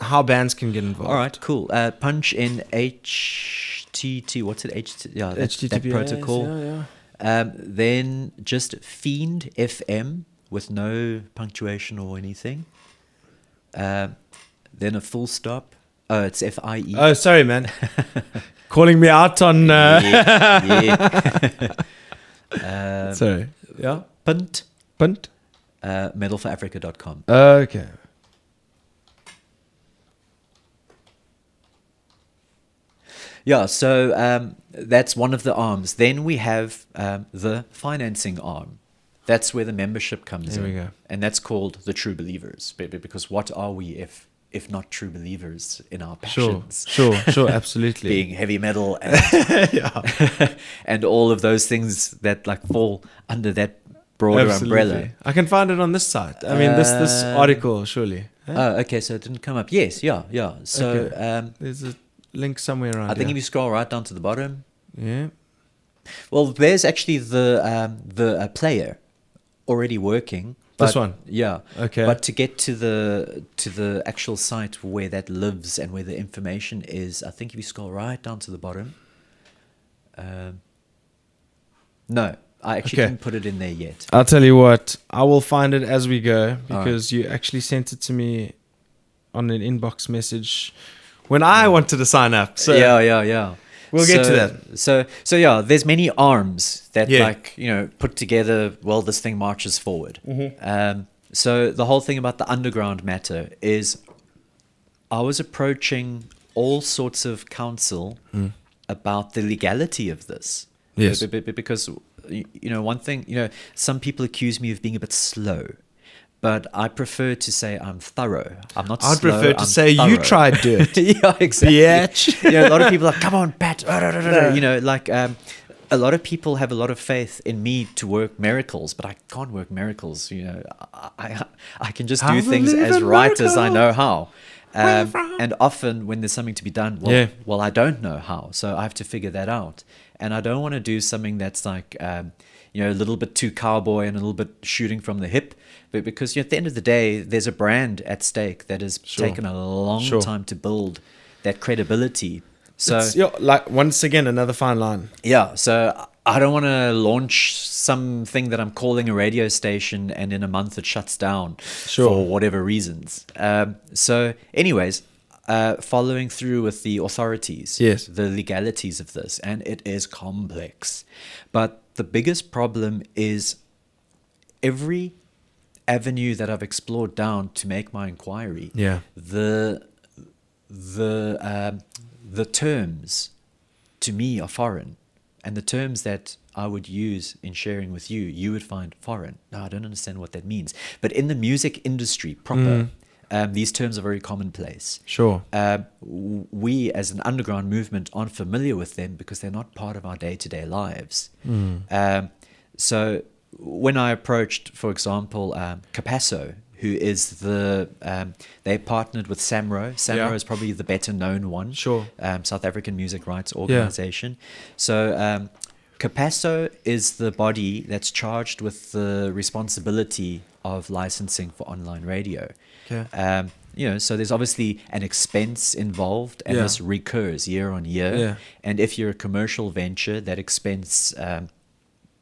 Speaker 2: how bands can get involved.
Speaker 3: All right, cool. Uh, punch in HTT. What's it? HT, yeah, that, that
Speaker 2: HTTPS,
Speaker 3: protocol.
Speaker 2: yeah, yeah.
Speaker 3: Um, then just fiend FM with no punctuation or anything. Um, then a full stop. Oh, it's F I E.
Speaker 2: Oh, sorry, man. Calling me out on. Uh,
Speaker 3: Yeah, yeah. um,
Speaker 2: sorry. Yeah.
Speaker 3: punt.
Speaker 2: Punt.
Speaker 3: Uh, medalforafrica.com.
Speaker 2: Okay.
Speaker 3: Yeah, so um, that's one of the arms. Then we have um, the financing arm. That's where the membership comes
Speaker 2: There
Speaker 3: in.
Speaker 2: we go.
Speaker 3: And that's called the true believers. be- be- Because what are we if if not true believers in our
Speaker 2: Sure.
Speaker 3: passions?
Speaker 2: Sure. Sure. Absolutely.
Speaker 3: Being heavy metal and, and all of those things that like fall under that broader umbrella.
Speaker 2: Absolutely. I can find it on this site. I mean, this this
Speaker 3: Um,
Speaker 2: article surely. Eh?
Speaker 3: Oh, okay, so it didn't come up. Yes, yeah, yeah. So
Speaker 2: Okay.
Speaker 3: um,
Speaker 2: There's a link somewhere around.
Speaker 3: I think if
Speaker 2: here.
Speaker 3: you scroll right down to the bottom,
Speaker 2: yeah.
Speaker 3: Well, there's actually the um, the uh, player already working.
Speaker 2: This
Speaker 3: but-
Speaker 2: one?
Speaker 3: yeah.
Speaker 2: Okay.
Speaker 3: But to get to the to the actual site where that lives and where the information is, I think if you scroll right down to the bottom. Um, no, I actually
Speaker 2: Okay.
Speaker 3: didn't put it in there yet.
Speaker 2: I'll tell you what. I will find it as we go
Speaker 3: Alright.
Speaker 2: because you actually sent it to me on an inbox message when I wanted to sign up. So
Speaker 3: yeah, yeah, yeah.
Speaker 2: We'll get to
Speaker 3: So-
Speaker 2: that.
Speaker 3: So, so yeah, there's many arms that
Speaker 2: Yeah.
Speaker 3: like you know put together. Well, this thing marches forward.
Speaker 2: Mm-hmm.
Speaker 3: Um, so the whole thing about the underground matter is, I was approaching all sorts of counsel about the legality of this.
Speaker 2: Mm. Yes.
Speaker 3: Be- be- be- because y- you know one thing. You know, some people accuse me of being a bit slow. But I prefer to say I'm thorough. I'm not.
Speaker 2: I'd
Speaker 3: slow,
Speaker 2: prefer to
Speaker 3: I'm
Speaker 2: say you
Speaker 3: thorough.
Speaker 2: tried dirt.
Speaker 3: yeah, exactly.
Speaker 2: Bitch.
Speaker 3: you know, a lot of people are come on, Pat. rah, rah, rah, rah," You know, like um, a lot of people have a lot of faith in me to work miracles, but I can't work miracles. You know, I I, I can just
Speaker 2: I
Speaker 3: do things
Speaker 2: believe
Speaker 3: as
Speaker 2: in
Speaker 3: right as I know how.
Speaker 2: Where
Speaker 3: Um,
Speaker 2: from?
Speaker 3: and often when there's something to be done, well,
Speaker 2: Yeah.
Speaker 3: well, I don't know how, so I have to figure that out. And I don't want to do something that's like, um, you know, a little bit too cowboy and a little bit shooting from the hip, but because you know, at the end of the day, there's a brand at stake that has
Speaker 2: Sure.
Speaker 3: taken a long
Speaker 2: Sure.
Speaker 3: time to build that credibility. So
Speaker 2: It's- yeah, like once again another fine line.
Speaker 3: yeah, so I don't want to launch something that I'm calling a radio station and in a month it shuts down
Speaker 2: Sure.
Speaker 3: for whatever reasons. Um, so, anyways, uh, following through with the authorities,
Speaker 2: Yes.
Speaker 3: the legalities of this, and it is complex. But the biggest problem is every avenue that I've explored down to make my inquiry,
Speaker 2: Yeah.
Speaker 3: the the um, the terms to me are foreign, and the terms that I would use in sharing with you, you would find foreign. Now I don't understand what that means, but in the music industry proper, um, these terms are very commonplace.
Speaker 2: Sure.
Speaker 3: Um, w- we as an underground movement aren't familiar with them because they're not part of our day to day lives.
Speaker 2: Hmm.
Speaker 3: Um, so when I approached, for example, um, Capasso, who is the, um, they partnered with Samro. Samro
Speaker 2: Yeah.
Speaker 3: is probably the better known one,
Speaker 2: Sure.
Speaker 3: um, South African music rights organization. So um, Capasso is the body that's charged with the responsibility of licensing for online radio.
Speaker 2: Okay.
Speaker 3: Um, you know, so there's obviously an expense involved, and
Speaker 2: Yeah.
Speaker 3: this recurs year on year.
Speaker 2: Yeah.
Speaker 3: And if you're a commercial venture, that expense um,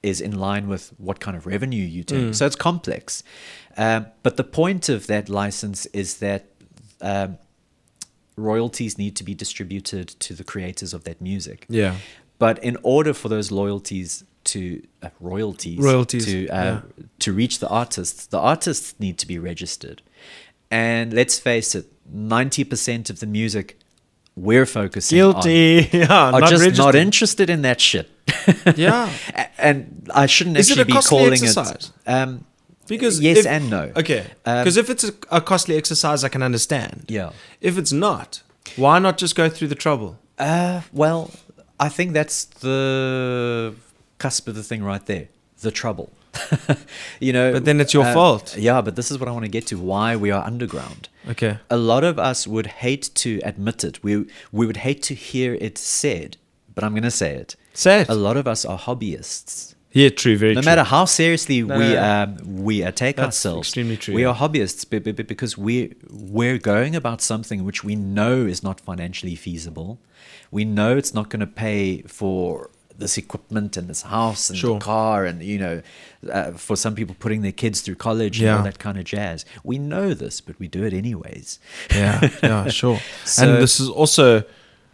Speaker 3: is in line with what kind of revenue you take.
Speaker 2: Mm.
Speaker 3: So it's complex. Um, but the point of that license is that um, royalties need to be distributed to the creators of that music.
Speaker 2: Yeah.
Speaker 3: But in order for those loyalties to uh, royalties,
Speaker 2: Royalties,
Speaker 3: to uh,
Speaker 2: yeah.
Speaker 3: to reach the artists, the artists need to be registered. And let's face it, ninety percent of the music we're focusing on
Speaker 2: Guilty. yeah.
Speaker 3: are
Speaker 2: not
Speaker 3: Oh, just
Speaker 2: registered.
Speaker 3: not interested in that shit.
Speaker 2: Yeah.
Speaker 3: A- and I shouldn't
Speaker 2: Is it
Speaker 3: actually
Speaker 2: a
Speaker 3: be
Speaker 2: costly
Speaker 3: calling
Speaker 2: exercise?
Speaker 3: it. Um,
Speaker 2: Because
Speaker 3: yes
Speaker 2: if-
Speaker 3: and no.
Speaker 2: Okay.
Speaker 3: Um,
Speaker 2: Because if it's a, a costly exercise, I can understand.
Speaker 3: Yeah.
Speaker 2: If it's not, why not just go through the trouble?
Speaker 3: Uh, well, I think that's the cusp of the thing right there. The trouble. you know.
Speaker 2: But then it's your
Speaker 3: uh,
Speaker 2: fault.
Speaker 3: Yeah, but this is what I want to get to why we are underground.
Speaker 2: Okay.
Speaker 3: A lot of us would hate to admit it. We we would hate to hear it said, but I'm going to say it.
Speaker 2: Say
Speaker 3: A lot of us are hobbyists.
Speaker 2: Yeah, true. Very
Speaker 3: No
Speaker 2: true.
Speaker 3: matter how seriously
Speaker 2: No,
Speaker 3: we
Speaker 2: no, no.
Speaker 3: Um, we uh, take
Speaker 2: That's
Speaker 3: ourselves,
Speaker 2: extremely true,
Speaker 3: We
Speaker 2: yeah.
Speaker 3: are hobbyists be- be- be- because we we're going about something which we know is not financially feasible. We know it's not going to pay for this equipment and this house and
Speaker 2: Sure.
Speaker 3: the car and you know, uh, for some people putting their kids through college and
Speaker 2: Yeah.
Speaker 3: all that kind of jazz. We know this, but we do it anyways.
Speaker 2: Yeah, yeah, sure.
Speaker 3: So-
Speaker 2: and this is also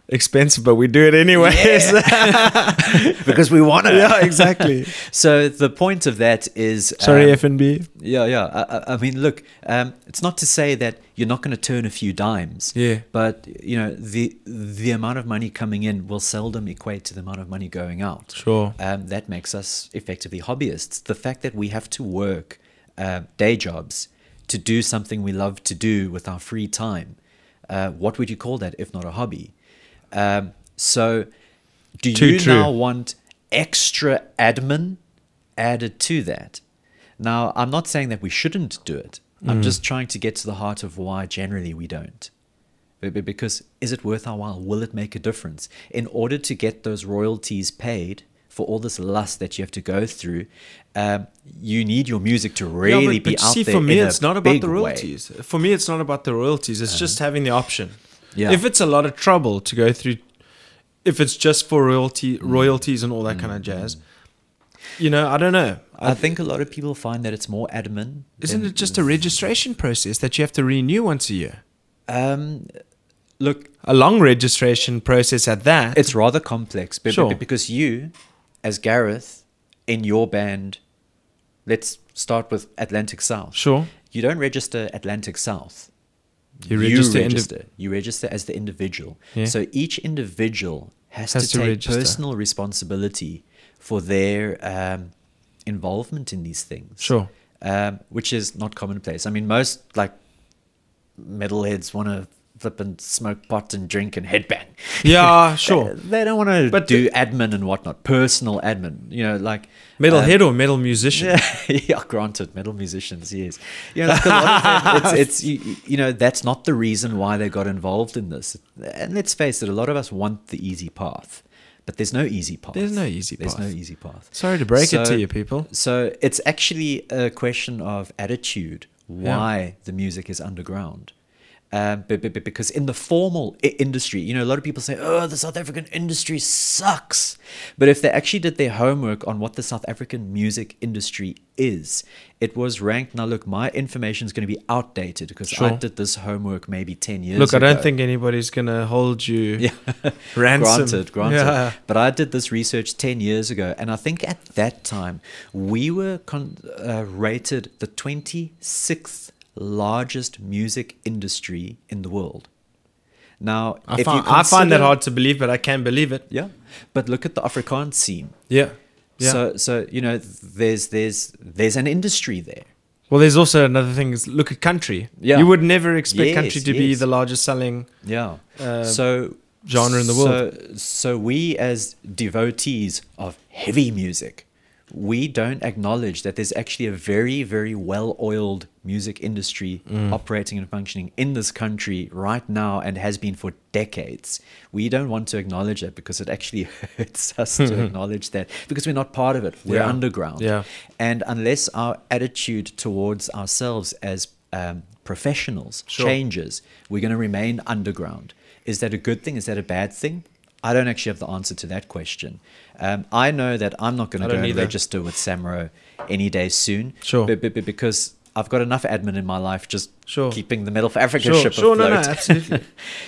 Speaker 2: expensive, but we do it anyways. Yeah,
Speaker 3: because we want to.
Speaker 2: exactly.
Speaker 3: So the point of that is
Speaker 2: Sorry,
Speaker 3: um,
Speaker 2: F and B.
Speaker 3: Yeah, yeah. I, I- I mean, look, um, it's not to say that you're not going to turn a few dimes.
Speaker 2: Yeah.
Speaker 3: But you know, the the amount of money coming in will seldom equate to the amount of money going out.
Speaker 2: Sure.
Speaker 3: Um, that makes us effectively hobbyists. The fact that we have to work uh, day jobs to do something we love to do with our free time. Uh, what would you call that if not a hobby? Um, so, do
Speaker 2: Too
Speaker 3: you
Speaker 2: true.
Speaker 3: now want extra admin added to that? Now, I'm not saying that we shouldn't do it.
Speaker 2: Mm.
Speaker 3: I'm just trying to get to the heart of why generally we don't. Be- be- Because is it worth our while? Will it make a difference? In order to get those royalties paid for all this lust that you have to go through, um, you need your music to really
Speaker 2: but, but
Speaker 3: be
Speaker 2: you
Speaker 3: out
Speaker 2: see,
Speaker 3: there.
Speaker 2: for me,
Speaker 3: in a
Speaker 2: it's not about
Speaker 3: big
Speaker 2: the
Speaker 3: way. Uh-huh.
Speaker 2: royalties. For me, it's not about the royalties. It's just having the option.
Speaker 3: Yeah.
Speaker 2: If it's a lot of trouble to go through, if it's just for royalty,
Speaker 3: Mm.
Speaker 2: royalties and all that kind of jazz, you know, I don't know.
Speaker 3: I think a lot of people find that it's more admin.
Speaker 2: Isn't
Speaker 3: than-
Speaker 2: it just a registration process that you have to renew once a year?
Speaker 3: Um, look,
Speaker 2: A long registration process at that.
Speaker 3: it's rather complex be- be-
Speaker 2: Sure.
Speaker 3: because you, as Gareth, in your band, let's start with Atlantic South.
Speaker 2: sure.
Speaker 3: You don't register Atlantic South.
Speaker 2: You register indiv-
Speaker 3: you register as the individual.
Speaker 2: Yeah.
Speaker 3: So each individual has,
Speaker 2: Has
Speaker 3: to,
Speaker 2: to
Speaker 3: take
Speaker 2: register.
Speaker 3: personal responsibility for their um, involvement in these things.
Speaker 2: Sure.
Speaker 3: Um, which is not commonplace. I mean, most like metalheads want to flip and smoke pot and drink and headbang.
Speaker 2: Yeah, sure.
Speaker 3: They, they don't want to
Speaker 2: But
Speaker 3: do admin and whatnot, personal admin. You know, like
Speaker 2: Metal
Speaker 3: um,
Speaker 2: head or metal musician?
Speaker 3: yeah, yeah, granted, metal musicians, yes. You know, like a lot of them, it's, it's you, you know, that's not the reason why they got involved in this. And let's face it, a lot of us want the easy path, but there's no easy path.
Speaker 2: There's no easy path.
Speaker 3: There's no easy path.
Speaker 2: Sorry to break it
Speaker 3: So-
Speaker 2: to you, people.
Speaker 3: So it's actually a question of attitude why the music is underground. Um, be- be- be- because in the formal I- industry, you know, a lot of people say, oh, the South African industry sucks. But if they actually did their homework on what the South African music industry is, it was ranked. Now, look, my information is going to be outdated because I
Speaker 2: Sure.
Speaker 3: did this homework maybe 10 years
Speaker 2: Look, I don't
Speaker 3: ago.
Speaker 2: think anybody's gonna hold you.
Speaker 3: Yeah.
Speaker 2: Ransom.
Speaker 3: Granted, granted.
Speaker 2: Yeah.
Speaker 3: But I did this research 10 years ago, and I think at that time we were con- uh, rated the 26th largest music industry in the world. Now,
Speaker 2: I,
Speaker 3: if
Speaker 2: find,
Speaker 3: you
Speaker 2: I find that
Speaker 3: consider-
Speaker 2: hard to believe, but I can believe it.
Speaker 3: Yeah. But look at the Afrikaans scene.
Speaker 2: Yeah. Yeah.
Speaker 3: So, so you know, there's there's there's an industry there.
Speaker 2: well, there's also another thing. Is look at country.
Speaker 3: Yeah.
Speaker 2: You would never expect
Speaker 3: Yes,
Speaker 2: country to be
Speaker 3: yes.
Speaker 2: the largest selling.
Speaker 3: Yeah.
Speaker 2: Uh,
Speaker 3: so
Speaker 2: genre in the
Speaker 3: So, so we as devotees of heavy music, we don't acknowledge that there's actually a very, very well-oiled music industry
Speaker 2: Mm.
Speaker 3: operating and functioning in this country right now and has been for decades. We don't want to acknowledge it because it actually hurts us to acknowledge that because we're not part of it. We're
Speaker 2: Yeah.
Speaker 3: underground.
Speaker 2: Yeah.
Speaker 3: And unless our attitude towards ourselves as um, professionals
Speaker 2: Sure.
Speaker 3: changes. We're going to remain underground. Is that a good thing? Is that a bad thing? I don't actually have the answer to that question. Um, I know that I'm not going
Speaker 2: I
Speaker 3: to go
Speaker 2: don't
Speaker 3: and
Speaker 2: either.
Speaker 3: register with Samro any day soon.
Speaker 2: Sure.
Speaker 3: Be- be- be- because I've got enough admin in my life just
Speaker 2: Sure.
Speaker 3: keeping the Medal for Africa
Speaker 2: Sure,
Speaker 3: ship
Speaker 2: sure, no,
Speaker 3: afloat.
Speaker 2: no, absolutely.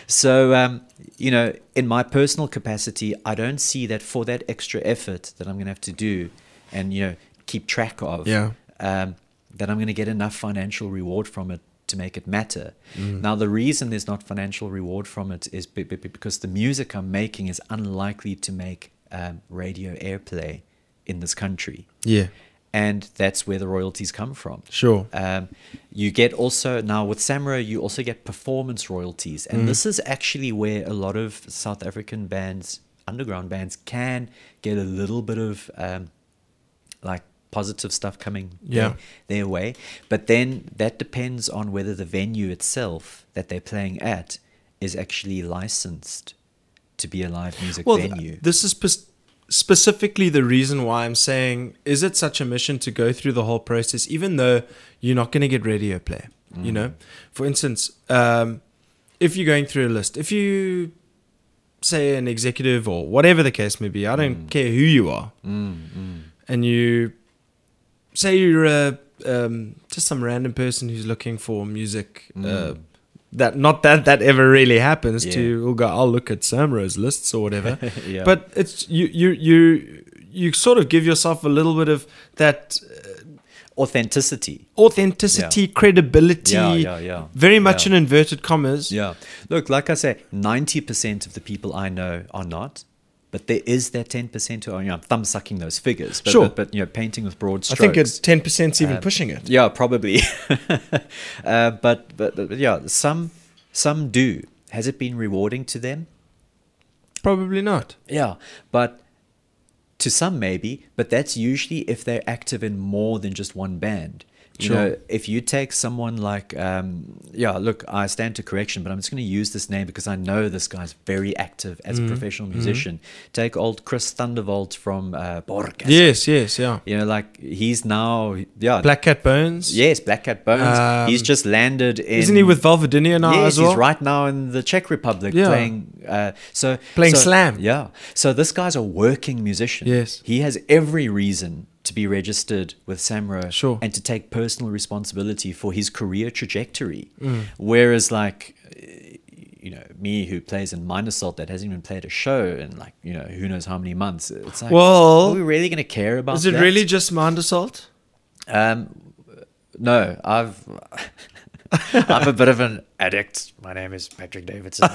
Speaker 3: so, um, you know, in my personal capacity, I don't see that for that extra effort that I'm going to have to do and, you know, keep track of,
Speaker 2: Yeah.
Speaker 3: um, that I'm going to get enough financial reward from it to make it matter. Now, the reason there's not financial reward from it is be- be- be- because the music I'm making is unlikely to make um, radio airplay in this country.
Speaker 2: yeah,
Speaker 3: And that's where the royalties come from.
Speaker 2: sure.
Speaker 3: Um, you get also now with Samra, you also get performance royalties,
Speaker 2: Mm.
Speaker 3: and this is actually where a lot of South African bands, underground bands, can get a little bit of um, like positive stuff coming
Speaker 2: Yeah.
Speaker 3: their, their way. But then that depends on whether the venue itself that they're playing at is actually licensed to be a live music
Speaker 2: Well, th-
Speaker 3: venue.
Speaker 2: this is pers- specifically the reason why I'm saying, is it such a mission to go through the whole process, even though you're not going to get radio play?
Speaker 3: Mm.
Speaker 2: You know, for instance, um, if you're going through a list, if you say an executive or whatever the case may be, I don't
Speaker 3: Mm.
Speaker 2: care who you are, and you say you're a, um, just some random person who's looking for music.
Speaker 3: Mm.
Speaker 2: Uh, that not that that ever really happens to will go I'll look at Samro's lists or whatever
Speaker 3: yeah.
Speaker 2: but it's you you you you sort of give yourself a little bit of that
Speaker 3: authenticity.
Speaker 2: authenticity credibility
Speaker 3: Yeah, yeah, yeah.
Speaker 2: very much
Speaker 3: Yeah.
Speaker 2: in inverted commas
Speaker 3: Yeah. Look, like I say, 90% of the people I know are not, but there is that 10% who are, you know, I'm thumb sucking those figures. But,
Speaker 2: Sure.
Speaker 3: But, but, you know, painting with broad
Speaker 2: i
Speaker 3: strokes.
Speaker 2: think it's 10% 's even
Speaker 3: Uh,
Speaker 2: pushing it
Speaker 3: Yeah, probably. uh, but, but, but yeah, some, some do. Has it been rewarding to them?
Speaker 2: probably not
Speaker 3: Yeah, but to some maybe, but that's usually if they're active in more than just one band. You
Speaker 2: Sure.
Speaker 3: know, if you take someone like, um, yeah, look, I stand to correction, but I'm just going to use this name because I know this guy's very active as a
Speaker 2: Mm-hmm.
Speaker 3: professional musician. Take old Chris Thunderbolt from uh, Borges.
Speaker 2: yes yes yeah
Speaker 3: You know, like he's now, yeah,
Speaker 2: black cat bones
Speaker 3: yes, Black Cat Bones. he's
Speaker 2: Um,
Speaker 3: just landed in.
Speaker 2: isn't he with Velvedina now
Speaker 3: Yes,
Speaker 2: as well
Speaker 3: he's right now in the Czech Republic
Speaker 2: Yeah.
Speaker 3: playing. Uh, so
Speaker 2: Playing
Speaker 3: so-
Speaker 2: slam.
Speaker 3: Yeah. So this guy's a working musician.
Speaker 2: Yes.
Speaker 3: He has every reason to be registered with Samro.
Speaker 2: Sure.
Speaker 3: And to take personal responsibility for his career trajectory.
Speaker 2: Mm.
Speaker 3: Whereas, like, uh, you know, me who plays in Minor Salt that hasn't even played a show in like you know who knows how many months. It's like,
Speaker 2: Well,
Speaker 3: are we really going to care about?
Speaker 2: is it
Speaker 3: that?
Speaker 2: really just mind assault
Speaker 3: Um, no, I've. I'm a bit of an addict. My name is Patrick Davidson.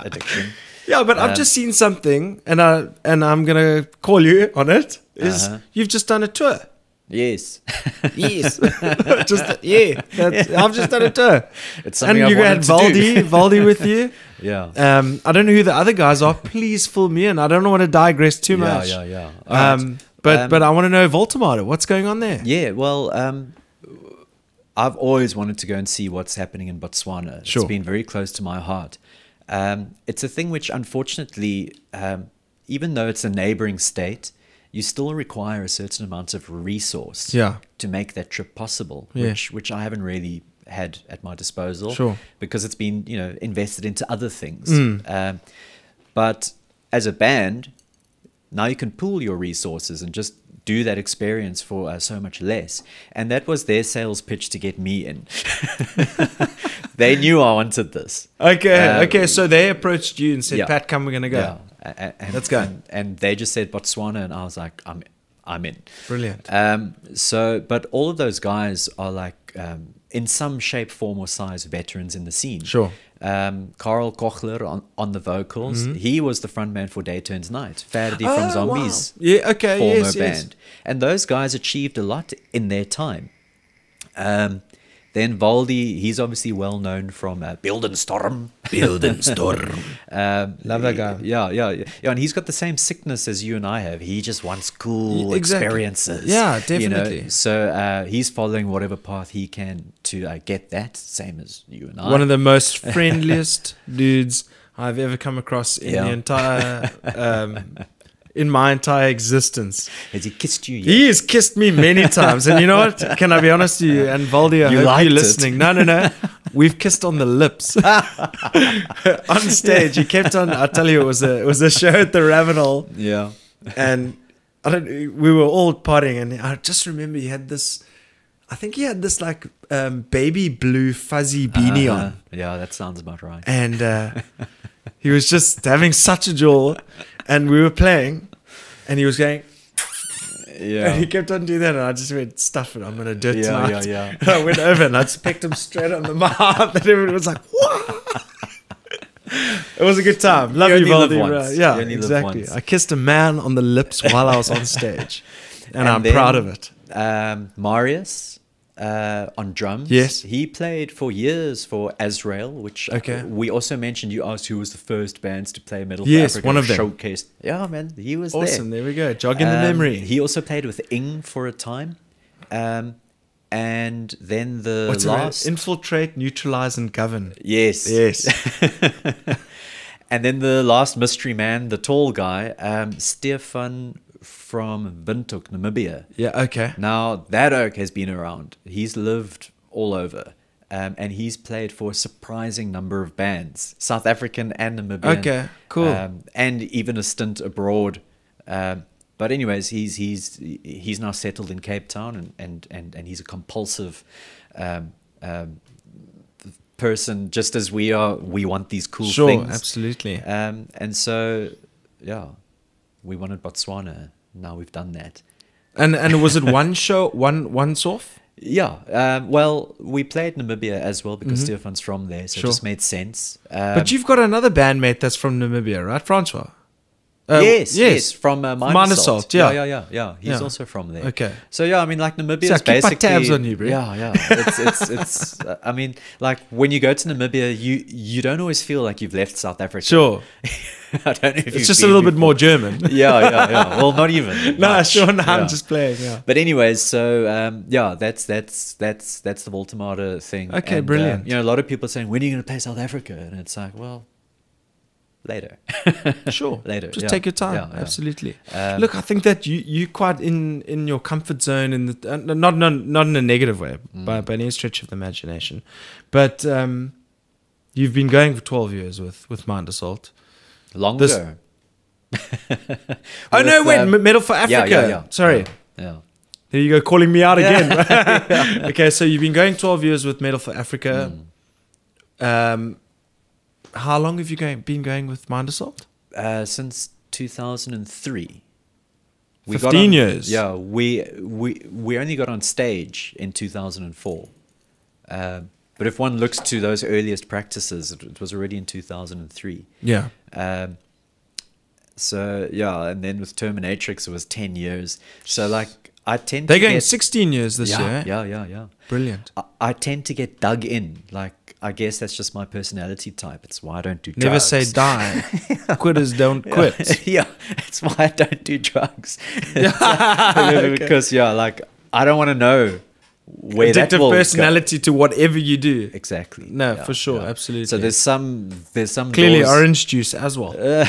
Speaker 3: an addiction.
Speaker 2: yeah but i've
Speaker 3: Um,
Speaker 2: just seen something and i and i'm gonna call you on it is
Speaker 3: Uh-huh.
Speaker 2: you've just done a tour
Speaker 3: Yes,
Speaker 2: Yes. just yeah. That's, I've just done a tour.
Speaker 3: It's something
Speaker 2: and
Speaker 3: I've
Speaker 2: you had
Speaker 3: wanted to
Speaker 2: Valdi,
Speaker 3: do.
Speaker 2: Valdi with you.
Speaker 3: yeah,
Speaker 2: Um, I don't know who the other guys are. Please fill me in. I don't want to digress too much.
Speaker 3: yeah, yeah.
Speaker 2: Um, But
Speaker 3: Um,
Speaker 2: but I want to know Voltamato. What's going on there?
Speaker 3: yeah. Well, um, I've always wanted to go and see what's happening in Botswana.
Speaker 2: Sure.
Speaker 3: It's been very close to my heart. Um, it's a thing which, unfortunately, um, even though it's a neighboring state, you still require a certain amount of resource.
Speaker 2: Yeah.
Speaker 3: to make that trip possible,
Speaker 2: Yeah.
Speaker 3: which which I haven't really had at my disposal.
Speaker 2: Sure. Hmm.
Speaker 3: Because it's been, you know, invested into other things. Um, but as a band, now you can pool your resources and just do that experience for uh, so much less. And that was their sales pitch to get me in. they knew I wanted this.
Speaker 2: Okay.
Speaker 3: Uh,
Speaker 2: okay. So they approached you and said,
Speaker 3: yeah.
Speaker 2: "Pat, come. We're gonna go."
Speaker 3: Yeah. A- a- And,
Speaker 2: Let's go.
Speaker 3: And, and they just said Botswana, and I was like, I'm, I'm in.
Speaker 2: Brilliant.
Speaker 3: Um, so, but all of those guys are like, um, in some shape, form, or size, veterans in the scene.
Speaker 2: Sure.
Speaker 3: Um, Carl Kochler on, on the vocals. He was the frontman for Day Turns Night, Faraday
Speaker 2: Mm-hmm. Oh,
Speaker 3: from
Speaker 2: wow.
Speaker 3: Zombies
Speaker 2: Yeah. Okay.
Speaker 3: former
Speaker 2: yes.
Speaker 3: band.
Speaker 2: Yes.
Speaker 3: And those guys achieved a lot in their time. Um, then Valdi, he's obviously well known from uh, Bildenstorm. Bildenstorm. um,
Speaker 2: Love that guy.
Speaker 3: Yeah, yeah, yeah. Yeah, And he's got the same sickness as you and I have. He just wants cool
Speaker 2: Y- exactly.
Speaker 3: experiences.
Speaker 2: Yeah,
Speaker 3: you know.
Speaker 2: definitely.
Speaker 3: So uh, he's following whatever path he can to uh, get that, same as you and I.
Speaker 2: One of the most friendliest dudes I've ever come across in
Speaker 3: Yeah.
Speaker 2: the entire um, in my entire existence.
Speaker 3: Has he kissed you yet?
Speaker 2: He has kissed me many times. And you know what? Can I be honest with you? And Valdi, I
Speaker 3: You
Speaker 2: hope
Speaker 3: liked
Speaker 2: you're
Speaker 3: it.
Speaker 2: listening. No, no, no. We've kissed on the lips. on stage. He kept on I tell you it was a it was a show at the Ravenel
Speaker 3: yeah.
Speaker 2: and I don't we were all partying and I just remember he had this I think he had this like um, baby blue fuzzy beanie
Speaker 3: Uh-huh.
Speaker 2: on.
Speaker 3: Yeah, that sounds about right.
Speaker 2: and uh, he was just having such a jaw. And we were playing, and he was going, and
Speaker 3: Yeah.
Speaker 2: he kept on doing that. And I just went, stuff it, I'm going to do it
Speaker 3: Yeah,
Speaker 2: tonight.
Speaker 3: yeah, yeah.
Speaker 2: And I went over and I just picked him straight on the mouth, and everyone was like, what? It was a good time. Love
Speaker 3: You
Speaker 2: you,
Speaker 3: only live
Speaker 2: Valdi.
Speaker 3: once.
Speaker 2: bro. Yeah,
Speaker 3: You only live
Speaker 2: exactly.
Speaker 3: once.
Speaker 2: I kissed a man on the lips while I was on stage, and,
Speaker 3: And
Speaker 2: I'm
Speaker 3: then-
Speaker 2: proud of it.
Speaker 3: Um, Marius uh, on drums.
Speaker 2: Yes.
Speaker 3: He played for years for Azrael, which uh,
Speaker 2: Okay.
Speaker 3: we also mentioned. You asked who was the first bands to play Metal
Speaker 2: Yes,
Speaker 3: Fabric
Speaker 2: one
Speaker 3: and
Speaker 2: of them.
Speaker 3: Showcased. Yeah, man. He was there.
Speaker 2: Awesome. There we go. Jogging the
Speaker 3: Um,
Speaker 2: memory.
Speaker 3: He also played with Ing for a time. Um, and then the
Speaker 2: What's
Speaker 3: last.
Speaker 2: it? Infiltrate, neutralize, and govern.
Speaker 3: yes.
Speaker 2: Yes.
Speaker 3: and then the last mystery man, the tall guy, um, Stefan from Windhoek, Namibia.
Speaker 2: Yeah, okay.
Speaker 3: Now, that oak has been around. He's lived all over. Um, and he's played for a surprising number of bands, South African and Namibian.
Speaker 2: Okay, cool.
Speaker 3: Um, and even a stint abroad. Um, but anyways, he's he's he's now settled in Cape Town, and and and, and he's a compulsive um, um, person, just as we are. We want these cool
Speaker 2: sure,
Speaker 3: things.
Speaker 2: absolutely.
Speaker 3: Um, and so, yeah, we wanted Botswana. Now we've done that.
Speaker 2: And and was it one show, one once off?
Speaker 3: Yeah. Um, well, we played Namibia as well because Stefan's from there,
Speaker 2: Mm-hmm.
Speaker 3: so
Speaker 2: Sure.
Speaker 3: it just made sense. Um,
Speaker 2: but you've got another bandmate that's from Namibia, right, Francois? Uh,
Speaker 3: yes, yes, from uh, Minor
Speaker 2: Minor
Speaker 3: Salt.
Speaker 2: Salt, yeah.
Speaker 3: yeah, yeah, yeah. He's
Speaker 2: Yeah.
Speaker 3: also from there.
Speaker 2: Okay.
Speaker 3: So yeah, I mean, like Namibia
Speaker 2: So
Speaker 3: is
Speaker 2: I keep my
Speaker 3: basically.
Speaker 2: tabs on you, bro.
Speaker 3: Yeah, yeah. It's it's it's. uh, I mean, like when you go to Namibia, you you don't always feel like you've left South Africa.
Speaker 2: Sure.
Speaker 3: I don't know if
Speaker 2: It's just a little bit more German.
Speaker 3: bit. Yeah, yeah, yeah. Well, not even.
Speaker 2: no,
Speaker 3: much.
Speaker 2: sure, no,
Speaker 3: Yeah.
Speaker 2: I'm just playing. Yeah.
Speaker 3: But anyways, so um, yeah, that's that's that's that's the Voltamata thing.
Speaker 2: Okay,
Speaker 3: And, uh,
Speaker 2: brilliant.
Speaker 3: you know, a lot of people are saying, "When are you going to play South Africa?" And it's like, well, later.
Speaker 2: Sure.
Speaker 3: Later,
Speaker 2: Just
Speaker 3: yeah.
Speaker 2: take your time.
Speaker 3: Yeah, yeah.
Speaker 2: Absolutely.
Speaker 3: Um,
Speaker 2: Look, I think that you you quite in in your comfort zone in the uh, not not not in a negative way
Speaker 3: Mm.
Speaker 2: by, by any stretch of the imagination, but um, you've been going for twelve years with with Mind Assault.
Speaker 3: longer.
Speaker 2: this- oh no,
Speaker 3: With,
Speaker 2: wait,
Speaker 3: um,
Speaker 2: M- Metal for
Speaker 3: yeah,
Speaker 2: Africa.
Speaker 3: yeah, yeah.
Speaker 2: Sorry.
Speaker 3: Yeah. yeah.
Speaker 2: There you go, calling me out again. okay, so you've been going 12 years with Metal for Africa.
Speaker 3: Hmm.
Speaker 2: Um, how long have you going, been going with Mind Assault?
Speaker 3: Uh, since 2003.
Speaker 2: 15
Speaker 3: on-
Speaker 2: years.
Speaker 3: Yeah, we we we only got on stage in 2004. Um, but if one looks to those earliest practices, it, it was already in 2003.
Speaker 2: Yeah.
Speaker 3: Um, so yeah, and then with Terminatrix, it was ten years. So like, I tend
Speaker 2: They're
Speaker 3: to
Speaker 2: going
Speaker 3: get,
Speaker 2: 16 years this
Speaker 3: yeah,
Speaker 2: year.
Speaker 3: Yeah, yeah, yeah.
Speaker 2: Brilliant.
Speaker 3: I, I tend to get dug in. Like, I guess that's just my personality type. It's why I don't do
Speaker 2: Never
Speaker 3: drugs.
Speaker 2: say die. Quitters don't quit.
Speaker 3: yeah, it's why I don't do drugs. It's like- Because yeah, like I don't want to know where that
Speaker 2: Addictive
Speaker 3: will go.
Speaker 2: personality to whatever you do.
Speaker 3: Exactly.
Speaker 2: No,
Speaker 3: yeah,
Speaker 2: for sure.
Speaker 3: yeah.
Speaker 2: Absolutely.
Speaker 3: So there's some there's some
Speaker 2: clearly
Speaker 3: doors-
Speaker 2: orange juice as well.
Speaker 3: Uh,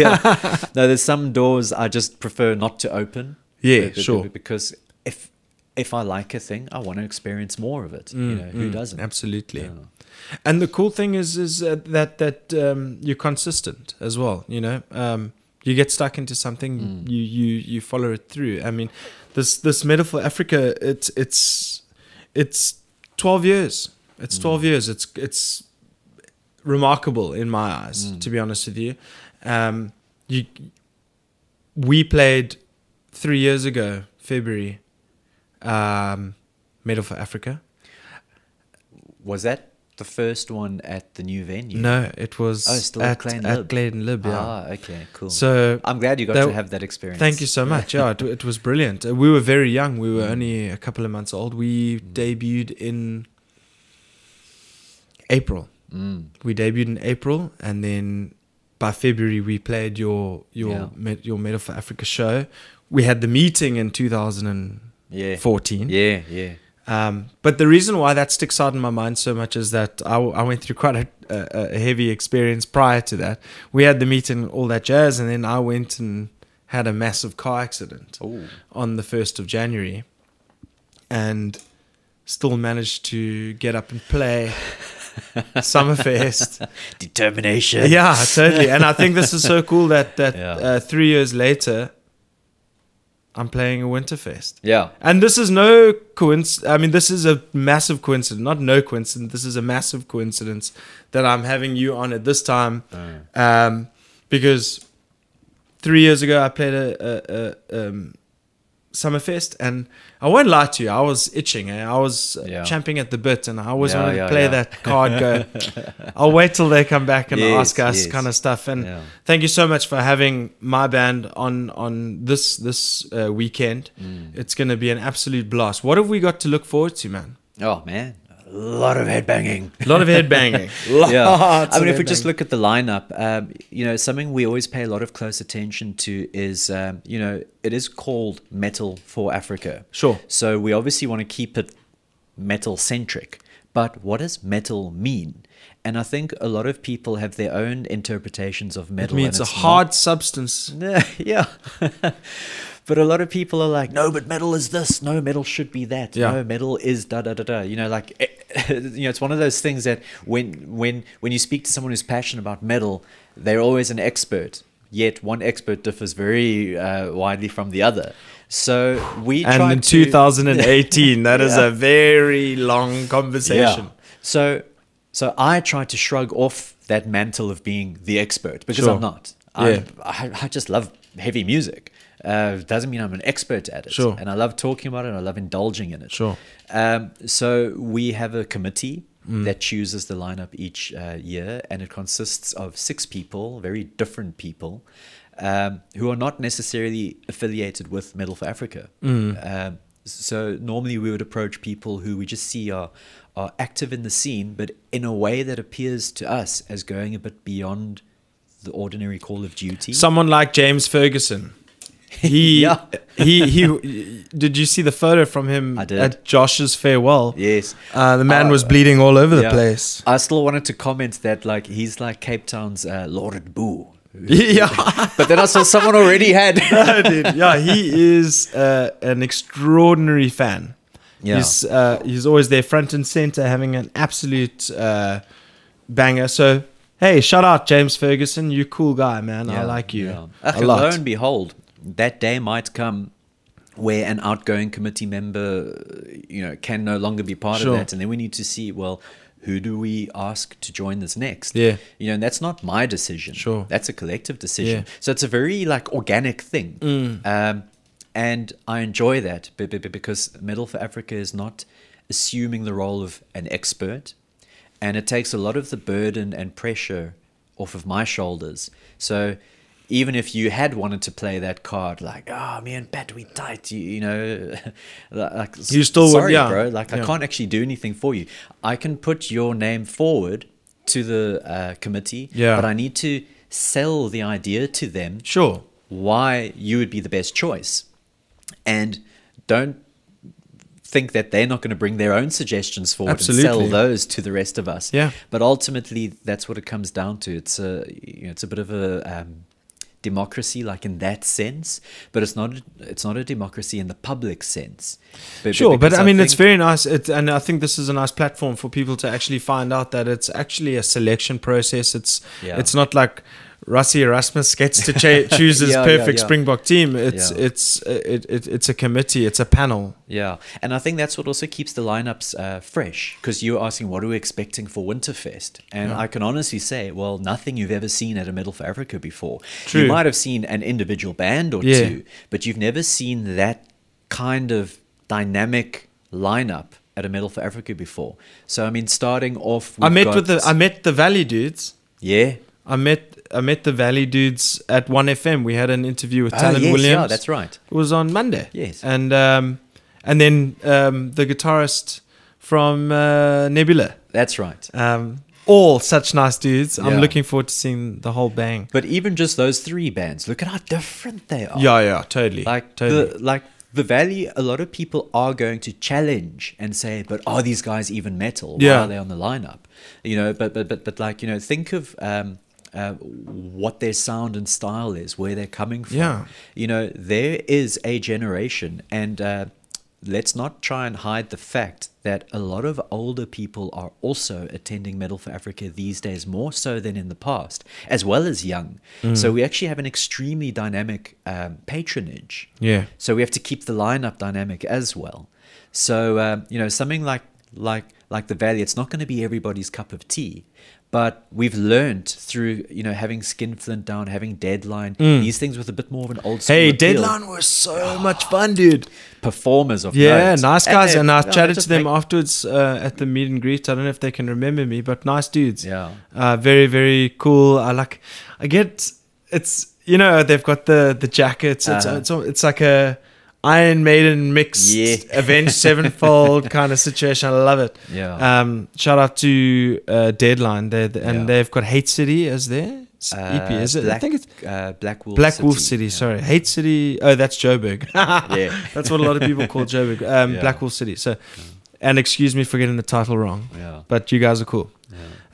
Speaker 3: yeah. No, there's some doors I just prefer not to open.
Speaker 2: Yeah,
Speaker 3: Be- be-
Speaker 2: sure.
Speaker 3: Because if if I like a thing, I want to experience more of it.
Speaker 2: Mm,
Speaker 3: you know, who doesn't?
Speaker 2: Absolutely.
Speaker 3: Yeah.
Speaker 2: And the cool thing is, is uh, that that um, you're consistent as well. You know, um, you get stuck into something,
Speaker 3: Mm.
Speaker 2: you you you follow it through. I mean, this this metaphor Africa, it's it's it's twelve years.
Speaker 3: Mm.
Speaker 2: It's twelve years. It's it's remarkable in my eyes,
Speaker 3: Mm.
Speaker 2: to be honest with you. Um, you we played three years ago, February, um, Medal for Africa.
Speaker 3: Was that the first one at the new venue?
Speaker 2: No, it was
Speaker 3: Oh, it's still
Speaker 2: at,
Speaker 3: Glen
Speaker 2: at
Speaker 3: Lib.
Speaker 2: Glen Lib. Yeah.
Speaker 3: Ah, okay, cool.
Speaker 2: So
Speaker 3: I'm glad you got
Speaker 2: that-
Speaker 3: to have that experience.
Speaker 2: thank you so much. Yeah, it, it was brilliant. Uh, We were very young. We were
Speaker 3: Mm.
Speaker 2: only a couple of months old. We debuted in April.
Speaker 3: Mm.
Speaker 2: We debuted in April, and then by February we played your your
Speaker 3: Yeah.
Speaker 2: Met- your Metal for Africa show. We had the meeting in
Speaker 3: Yeah.
Speaker 2: 2014.
Speaker 3: Yeah, yeah.
Speaker 2: Um, but the reason why that sticks out in my mind so much is that I, I went through quite a, a, a heavy experience prior to that. We had the meet and all that jazz, and then I went and had a massive car accident
Speaker 3: Oh.
Speaker 2: on the 1st of January and still managed to get up and play Summerfest.
Speaker 3: Determination.
Speaker 2: yeah, totally. And I think this is so cool that, that
Speaker 3: Yeah.
Speaker 2: uh, three years later, I'm playing a Winterfest.
Speaker 3: Yeah.
Speaker 2: And this is no coincidence. I mean, this is a massive coincidence. Not no coincidence. This is a massive coincidence that I'm having you on at this time. Um, because three years ago, I played a, a, a um, Summerfest. And I won't lie to you, I was itching. Eh? I was uh
Speaker 3: Yeah.
Speaker 2: champing at the bit. And I always
Speaker 3: Yeah,
Speaker 2: wanted
Speaker 3: yeah,
Speaker 2: to play
Speaker 3: yeah.
Speaker 2: that card go, I'll wait till they come back and
Speaker 3: Yes,
Speaker 2: ask us
Speaker 3: yes.
Speaker 2: kind of stuff. And
Speaker 3: Yeah.
Speaker 2: thank you so much for having my band on on this this uh, weekend.
Speaker 3: Mm.
Speaker 2: It's going to be an absolute blast. What have we got to look forward to, man?
Speaker 3: Oh man, a lot of headbanging.
Speaker 2: A lot of headbanging.
Speaker 3: yeah.
Speaker 2: Lots
Speaker 3: I mean,
Speaker 2: of
Speaker 3: if we just
Speaker 2: headbanging.
Speaker 3: look at the lineup, um, you know, something we always pay a lot of close attention to is, um, you know, it is called Metal for Africa.
Speaker 2: Sure.
Speaker 3: So we obviously want to keep it metal centric. But what does metal mean? And I think a lot of people have their own interpretations of
Speaker 2: It
Speaker 3: metal. and
Speaker 2: means a
Speaker 3: it's not-
Speaker 2: hard substance.
Speaker 3: Yeah, yeah. but a lot of people are like, no, but metal is this. No, metal should be that.
Speaker 2: Yeah.
Speaker 3: No, metal is da da da da. You know, like, eh, you know, it's one of those things that when when when you speak to someone who's passionate about metal, they're always an expert. Yet one expert differs very uh, widely from the other. So we
Speaker 2: And
Speaker 3: tried
Speaker 2: in
Speaker 3: to-
Speaker 2: 2018, that is
Speaker 3: Yeah.
Speaker 2: a very long conversation.
Speaker 3: So, so I try to shrug off that mantle of being the expert because
Speaker 2: Sure.
Speaker 3: I'm not. I'm,
Speaker 2: Yeah.
Speaker 3: I, I just love heavy music. Uh, doesn't mean I'm an expert at it.
Speaker 2: Sure.
Speaker 3: And I love talking about it. and I love indulging in it.
Speaker 2: Sure.
Speaker 3: Um, so we have a committee
Speaker 2: Mm.
Speaker 3: that chooses the lineup each uh, year, and it consists of six people, very different people, um, who are not necessarily affiliated with Metal for Africa.
Speaker 2: Mm.
Speaker 3: Um, so normally we would approach people who we just see are are active in the scene, but in a way that appears to us as going a bit beyond the ordinary call of duty.
Speaker 2: Someone like James Ferguson. He,
Speaker 3: Yeah.
Speaker 2: he, he. Did you see the photo from him
Speaker 3: I did.
Speaker 2: at Josh's farewell?
Speaker 3: yes.
Speaker 2: Uh, the man
Speaker 3: Oh,
Speaker 2: was bleeding all over the
Speaker 3: Yeah.
Speaker 2: place.
Speaker 3: I still wanted to comment that like he's like Cape Town's uh, Lord Boo.
Speaker 2: yeah.
Speaker 3: But then I saw someone already had.
Speaker 2: Yeah, dude. Yeah, he is uh, an extraordinary fan.
Speaker 3: Yeah.
Speaker 2: He's, uh, he's always there front and center having an absolute uh, banger. So, hey, shout out James Ferguson. You cool guy, man. I like you.
Speaker 3: Yeah.
Speaker 2: A
Speaker 3: Ach, lo
Speaker 2: lot.
Speaker 3: and behold, that day might come where an outgoing committee member, you know, can no longer be part
Speaker 2: Sure.
Speaker 3: of that, and then we need to see well. Who do we ask to join this next?
Speaker 2: Yeah.
Speaker 3: you know, and that's not my decision.
Speaker 2: Sure.
Speaker 3: that's a collective decision.
Speaker 2: Yeah. Mm.
Speaker 3: So it's a very like organic thing, um, and I enjoy that be- be- be- because Medal for Africa is not assuming the role of an expert, and it takes a lot of the burden and pressure off of my shoulders. So even if you had wanted to play that card, like, oh, me and Pat, we tight, you, you know, like,
Speaker 2: You still would,
Speaker 3: sorry,
Speaker 2: yeah.
Speaker 3: bro, like, I
Speaker 2: Yeah.
Speaker 3: can't actually do anything for you. I can put your name forward to the uh, committee,
Speaker 2: Yeah.
Speaker 3: but I need to sell the idea to them
Speaker 2: Sure.
Speaker 3: why you would be the best choice. And don't think that they're not going to bring their own suggestions forward and
Speaker 2: Absolutely.
Speaker 3: sell those to the rest of us.
Speaker 2: Yeah.
Speaker 3: But ultimately, that's what it comes down to. It's a, you know, it's a bit of a um, democracy, like in that sense, but it's not, it's not a democracy in the public sense. Be- be-
Speaker 2: Sure, but
Speaker 3: because
Speaker 2: I mean, it's
Speaker 3: think-
Speaker 2: very nice, it, and I think this is a nice platform for people to actually find out that it's actually a selection process. It's
Speaker 3: Yeah.
Speaker 2: it's not like Rossi Erasmus gets to cha- choose his
Speaker 3: Yeah, yeah,
Speaker 2: perfect
Speaker 3: yeah.
Speaker 2: Springbok team. It's
Speaker 3: Yeah.
Speaker 2: it's uh, it, it, it's a committee. It's a panel.
Speaker 3: Yeah, and I think that's what also keeps the lineups uh, fresh because you were asking what are we expecting for Winterfest, and I can honestly say, well, nothing you've ever seen at a Medal for Africa before.
Speaker 2: True.
Speaker 3: You might have seen an individual band or
Speaker 2: Yeah.
Speaker 3: two, but you've never seen that kind of dynamic lineup at a Medal for Africa before. So I mean, starting off,
Speaker 2: I
Speaker 3: we've
Speaker 2: met
Speaker 3: got-
Speaker 2: with the um, I met the Valley dudes.
Speaker 3: yeah.
Speaker 2: I met I met the Valley dudes at One FM. We had an interview with Talon
Speaker 3: oh, yes,
Speaker 2: Williams.
Speaker 3: yeah, that's right.
Speaker 2: It was on Monday.
Speaker 3: Yes.
Speaker 2: and um, and then um, the guitarist from uh, Nebula.
Speaker 3: That's right.
Speaker 2: Um, all such nice dudes. I'm
Speaker 3: Yeah.
Speaker 2: looking forward to seeing the whole bang.
Speaker 3: But even just those three bands, look at how different they are.
Speaker 2: Yeah, yeah, totally.
Speaker 3: Oh. like
Speaker 2: totally.
Speaker 3: the like the valley a lot of people are going to challenge and say but are these guys even metal why
Speaker 2: Yeah.
Speaker 3: are they on the lineup you know but but but, but like you know think of um uh, what their sound and style is, where they're coming from.
Speaker 2: Yeah.
Speaker 3: You know, there is a generation, and uh, let's not try and hide the fact that a lot of older people are also attending Metal for Africa these days, more so than in the past, as well as young. So we actually have an extremely dynamic um, patronage.
Speaker 2: Yeah.
Speaker 3: So we have to keep the lineup dynamic as well. So um, you know, something like like like the Valley, it's not going to be everybody's cup of tea, but we've learned through you know having Skinflint down, having Deadline, these things with a bit more of an old school
Speaker 2: Mm. Hey,
Speaker 3: appeal.
Speaker 2: Deadline was so much fun, dude.
Speaker 3: performers of
Speaker 2: Yeah,
Speaker 3: note.
Speaker 2: nice guys.
Speaker 3: they-
Speaker 2: And I
Speaker 3: no, they
Speaker 2: chatted
Speaker 3: just
Speaker 2: to them
Speaker 3: make-
Speaker 2: afterwards uh, at the meet and greet. I don't know if they can remember me, but nice dudes.
Speaker 3: Yeah.
Speaker 2: Uh, very, very cool. I like, I get, it's, you know, they've got the the jackets. It's,
Speaker 3: Uh-huh.
Speaker 2: it's, al- it's like a Iron Maiden mixed
Speaker 3: Yeah.
Speaker 2: Avenged Sevenfold kind of situation. I love it.
Speaker 3: Yeah.
Speaker 2: Um, shout out to uh, Deadline. They're, the- and
Speaker 3: Yeah.
Speaker 2: they've got Hate City as their s- EP.
Speaker 3: uh,
Speaker 2: E Is it? I
Speaker 3: Black,
Speaker 2: think it's
Speaker 3: uh, Black Wolf
Speaker 2: Black
Speaker 3: City.
Speaker 2: Wolf City. Sorry, Hate City. Oh, that's Joburg.
Speaker 3: Yeah.
Speaker 2: That's what a lot of people call Joburg, um,
Speaker 3: Yeah.
Speaker 2: Black Wolf City. So, and excuse me for getting the title wrong,
Speaker 3: Yeah.
Speaker 2: but you guys are cool.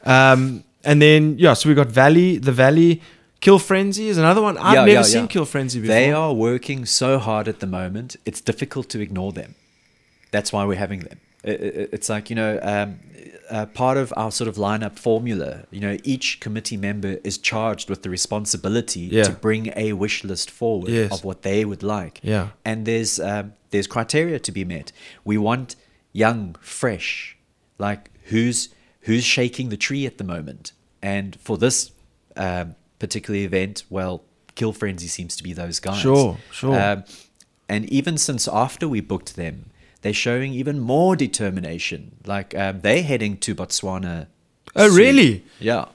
Speaker 2: Um, and then yeah, so we got Valley, the Valley, Kill Frenzy is another one. I've
Speaker 3: Yeah,
Speaker 2: never
Speaker 3: yeah,
Speaker 2: seen
Speaker 3: yeah.
Speaker 2: Kill Frenzy before.
Speaker 3: They are working so hard at the moment, it's difficult to ignore them. That's why we're having them. I- I- I- It's like, you know, um, uh, part of our sort of lineup formula, you know, each committee member is charged with the responsibility
Speaker 2: Yeah.
Speaker 3: to bring a wish list forward
Speaker 2: Yes.
Speaker 3: of what they would like.
Speaker 2: Yeah.
Speaker 3: And there's, um, there's criteria to be met. We want young, fresh, like who's, who's shaking the tree at the moment. And for this um, particular event, well, Kill Frenzy seems to be those guys guys.
Speaker 2: Sure, sure.
Speaker 3: Um, and even since after we booked them, they're showing even more determination. Like um, they're heading to Botswana.
Speaker 2: Oh, really?
Speaker 3: Yeah.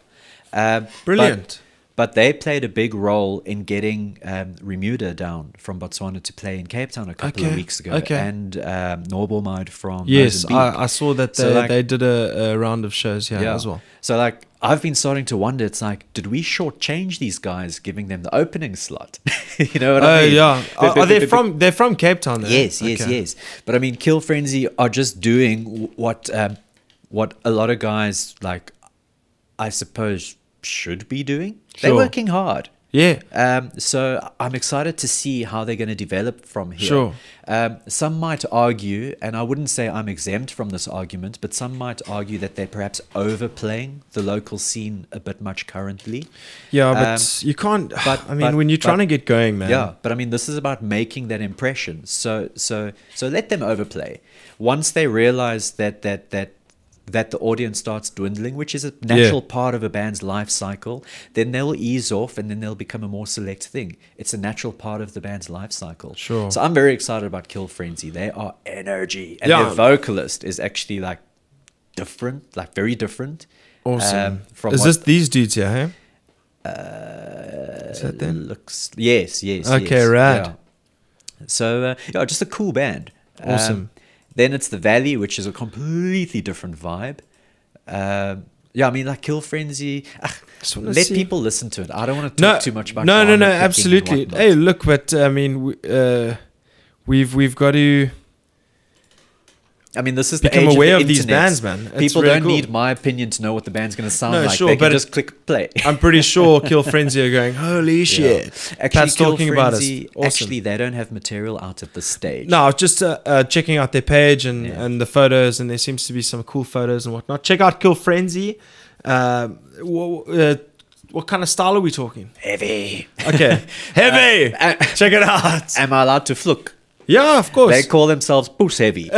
Speaker 3: Um, but-
Speaker 2: Brilliant.
Speaker 3: But, they played a big role in getting um, Remuda down from Botswana to play in Cape Town a couple
Speaker 2: Okay,
Speaker 3: of weeks ago,
Speaker 2: okay.
Speaker 3: and um, Norbormide from
Speaker 2: yes,
Speaker 3: Mozambique.
Speaker 2: I, I saw that they,
Speaker 3: So, like-
Speaker 2: they did a, a round of shows here as well.
Speaker 3: So like I've been starting to wonder, it's like, did we shortchange these guys giving them the opening slot? you know what
Speaker 2: Oh
Speaker 3: I mean?
Speaker 2: yeah,
Speaker 3: Be-
Speaker 2: are,
Speaker 3: be-
Speaker 2: are they
Speaker 3: be-
Speaker 2: from? They're from Cape Town. Though.
Speaker 3: Yes, yes,
Speaker 2: Okay.
Speaker 3: yes. But I mean, Kill Frenzy are just doing w- what um, what a lot of guys like, I suppose, should be doing. They're
Speaker 2: Sure.
Speaker 3: working hard.
Speaker 2: Yeah.
Speaker 3: Um, so I'm excited to see how they're going to develop from here.
Speaker 2: Sure.
Speaker 3: Um, some might argue, and I wouldn't say I'm exempt from this argument, but some might argue that they're perhaps overplaying the local scene a bit much currently.
Speaker 2: Yeah,
Speaker 3: Um,
Speaker 2: but you can't.
Speaker 3: but-
Speaker 2: I mean,
Speaker 3: but-
Speaker 2: when you're
Speaker 3: but-
Speaker 2: trying to get going, man.
Speaker 3: Yeah, but I mean, this is about making that impression. So, so, so let them overplay. Once they realize that that that that the audience starts dwindling, which is a natural part of a band's life cycle, then they'll ease off, and then they'll become a more select thing. It's a natural part of the band's life cycle.
Speaker 2: Sure.
Speaker 3: So I'm very excited about Kill Frenzy. They are energy, and
Speaker 2: Yeah.
Speaker 3: their vocalist is actually like different, like very different.
Speaker 2: Awesome.
Speaker 3: um, from
Speaker 2: Is
Speaker 3: what-
Speaker 2: this these dudes here? Hey?
Speaker 3: Uh,
Speaker 2: Is that them?
Speaker 3: Looks yes, yes.
Speaker 2: Okay,
Speaker 3: yes,
Speaker 2: rad.
Speaker 3: yeah. So uh, yeah, just a cool band. Um,
Speaker 2: Awesome.
Speaker 3: then it's the Valley, which is a completely different vibe. Um, yeah, I mean like Kill Frenzy. ah,
Speaker 2: Just wanna
Speaker 3: let
Speaker 2: see-
Speaker 3: people listen to it. I don't want to
Speaker 2: no,
Speaker 3: talk too much about.
Speaker 2: no, no,
Speaker 3: genre
Speaker 2: no,
Speaker 3: picking and
Speaker 2: absolutely.
Speaker 3: whatnot.
Speaker 2: Hey, look, but I mean, we, uh, we've we've got to
Speaker 3: I mean this is the
Speaker 2: become
Speaker 3: age
Speaker 2: aware
Speaker 3: of,
Speaker 2: of,
Speaker 3: the
Speaker 2: these
Speaker 3: internet.
Speaker 2: bands, man. It's
Speaker 3: people
Speaker 2: really
Speaker 3: don't
Speaker 2: cool.
Speaker 3: need my opinion to know what the band's going to sound
Speaker 2: No,
Speaker 3: like.
Speaker 2: sure,
Speaker 3: they can
Speaker 2: but it-
Speaker 3: just click play.
Speaker 2: I'm pretty sure Kill Frenzy are going. Holy shit!
Speaker 3: Actually,
Speaker 2: Pat's
Speaker 3: Kill
Speaker 2: talking about us.
Speaker 3: Frenzy,
Speaker 2: Awesome.
Speaker 3: Actually, they don't have material out at this stage.
Speaker 2: No, I was just uh, uh, checking out their page and,
Speaker 3: Yeah.
Speaker 2: and the photos, and there seems to be some cool photos and whatnot. Check out Kill Frenzy. Um, what, uh, what kind of style are we talking?
Speaker 3: heavy.
Speaker 2: Okay, heavy.
Speaker 3: Uh, uh,
Speaker 2: Check it out.
Speaker 3: Am I allowed to fluke?
Speaker 2: Yeah, of course.
Speaker 3: They call themselves Boos Heavy.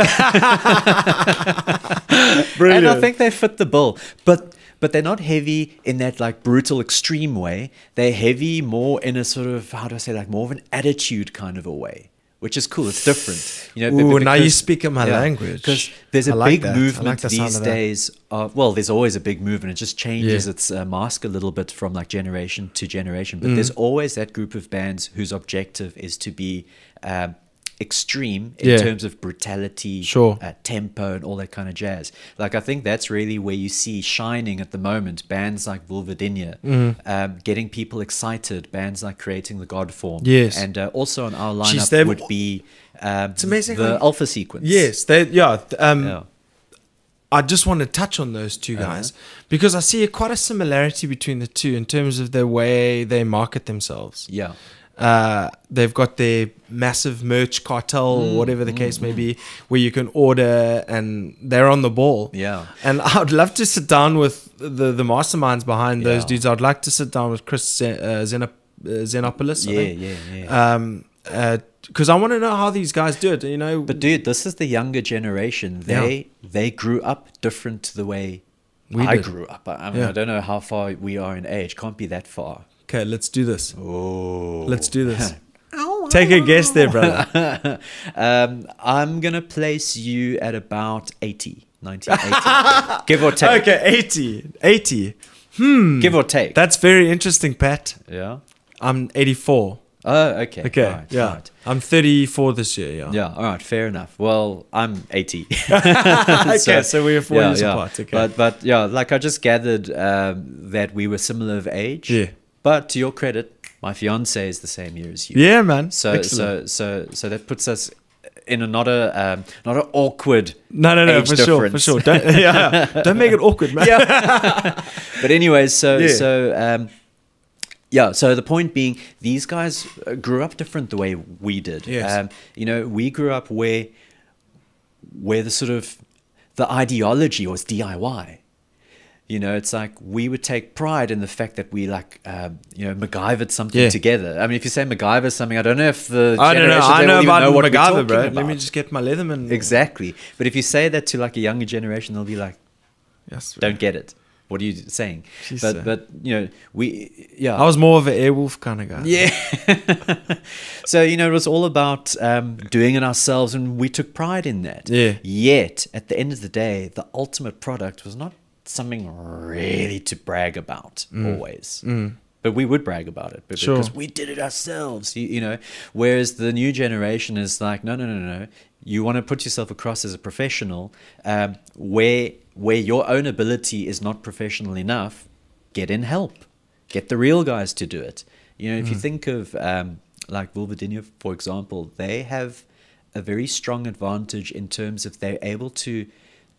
Speaker 2: Brilliant.
Speaker 3: and I think they fit the bill. But but they're not heavy in that like brutal extreme way. They're heavy more in a sort of how do I say like more of an attitude kind of a way. Which is cool. It's different, you know.
Speaker 2: Ooh, now you speak in my language.
Speaker 3: Because there's a
Speaker 2: I like
Speaker 3: big
Speaker 2: that. I like
Speaker 3: movement
Speaker 2: the sound
Speaker 3: these
Speaker 2: of that.
Speaker 3: days. Of, uh, well, there's always a big movement. It just changes
Speaker 2: Yeah.
Speaker 3: its uh, mask a little bit from like generation to generation.
Speaker 2: Mm.
Speaker 3: But there's always that group of bands whose objective is to be um, extreme in
Speaker 2: Yeah.
Speaker 3: terms of brutality,
Speaker 2: Sure.
Speaker 3: uh, tempo, and all that kind of jazz. Like I think that's really where you see shining at the moment. Bands like Vulvodynia,
Speaker 2: Mm-hmm.
Speaker 3: um, getting people excited. Bands like creating the God Form.
Speaker 2: Yes.
Speaker 3: and uh, also on our
Speaker 2: Jeez,
Speaker 3: lineup
Speaker 2: they've-
Speaker 3: would be um,
Speaker 2: amazing
Speaker 3: the
Speaker 2: how-
Speaker 3: Alpha Sequence.
Speaker 2: yes, they. Yeah. th- Um,
Speaker 3: Yeah.
Speaker 2: I just want to touch on those two
Speaker 3: Uh-huh.
Speaker 2: guys because I see quite a similarity between the two in terms of the way they market themselves.
Speaker 3: Yeah.
Speaker 2: Uh, they've got their massive merch cartel,
Speaker 3: Mm,
Speaker 2: or whatever the case may be, where you can order and they're on the ball.
Speaker 3: Yeah.
Speaker 2: And I'd love to sit down with the, the masterminds behind those
Speaker 3: Yeah.
Speaker 2: dudes. I'd like to sit down with Chris Zen, uh, Zenop, uh, Xenopoulos. I
Speaker 3: Yeah,
Speaker 2: think.
Speaker 3: yeah, yeah.
Speaker 2: Um, because I want to know how these guys do it. You know,
Speaker 3: But dude, this is the younger generation.
Speaker 2: Yeah.
Speaker 3: They they grew up different to the way
Speaker 2: We
Speaker 3: I
Speaker 2: did.
Speaker 3: grew up. I, I mean,
Speaker 2: Yeah.
Speaker 3: I don't know how far we are in age. Can't be that far.
Speaker 2: okay, let's do this.
Speaker 3: Oh,
Speaker 2: Let's do this. Take a guess there, brother.
Speaker 3: um, I'm gonna place you at about 80, 1980, give or take.
Speaker 2: okay, 80. 80.
Speaker 3: Give or take.
Speaker 2: That's very interesting, Pat.
Speaker 3: yeah.
Speaker 2: I'm 84.
Speaker 3: Oh, okay.
Speaker 2: Okay,
Speaker 3: All right,
Speaker 2: yeah.
Speaker 3: all right.
Speaker 2: I'm 34 this year, yeah.
Speaker 3: Yeah, all right, fair enough. Well, I'm 80.
Speaker 2: Okay, so we're four years apart, okay.
Speaker 3: But, but yeah, like I just gathered um, that we were similar of age.
Speaker 2: Yeah.
Speaker 3: But to your credit, my fiance is the same year as you.
Speaker 2: Yeah, man.
Speaker 3: So
Speaker 2: Excellent.
Speaker 3: so so so that puts us in a not a um, not an awkward.
Speaker 2: no, no, no,
Speaker 3: age
Speaker 2: for sure, for
Speaker 3: difference.
Speaker 2: sure. Don't, yeah, yeah. don't make it awkward, man.
Speaker 3: But anyways, so
Speaker 2: Yeah.
Speaker 3: so um, yeah. So the point being, these guys uh, grew up different the way we did.
Speaker 2: Yes.
Speaker 3: Um, you know, we grew up where where the sort of the ideology was DIY. You know, it's like we would take pride in the fact that we like, um, you know, MacGyvered something
Speaker 2: Yeah.
Speaker 3: together. I mean, if you say MacGyver something, I don't know if the
Speaker 2: I don't know.
Speaker 3: generation
Speaker 2: I
Speaker 3: today
Speaker 2: know
Speaker 3: will even
Speaker 2: about
Speaker 3: know what we're
Speaker 2: MacGyver,
Speaker 3: talking
Speaker 2: bro.
Speaker 3: about.
Speaker 2: Let me just get my Leatherman.
Speaker 3: Exactly. But if you say that to like a younger generation, they'll be like,
Speaker 2: Yes, bro.
Speaker 3: "Don't get it. What are you saying?"
Speaker 2: Jeez, sir.
Speaker 3: But but you know, we
Speaker 2: I
Speaker 3: yeah.
Speaker 2: was more of an airwolf kind of guy.
Speaker 3: Yeah. so you know, it was all about um, doing it ourselves, and we took pride in that.
Speaker 2: Yeah.
Speaker 3: Yet, at the end of the day, the ultimate product was not something really to brag about always. But we would brag about it because
Speaker 2: Mm. Sure.
Speaker 3: we did it ourselves, you, you know. Whereas the new generation is like, no, no, no, no. You want to put yourself across as a professional, um, where where your own ability is not professional enough. Get in help. Get the real guys to do it. You know, if you think of um, like Vulvodynia, for example, they have a very strong advantage in terms of they're able to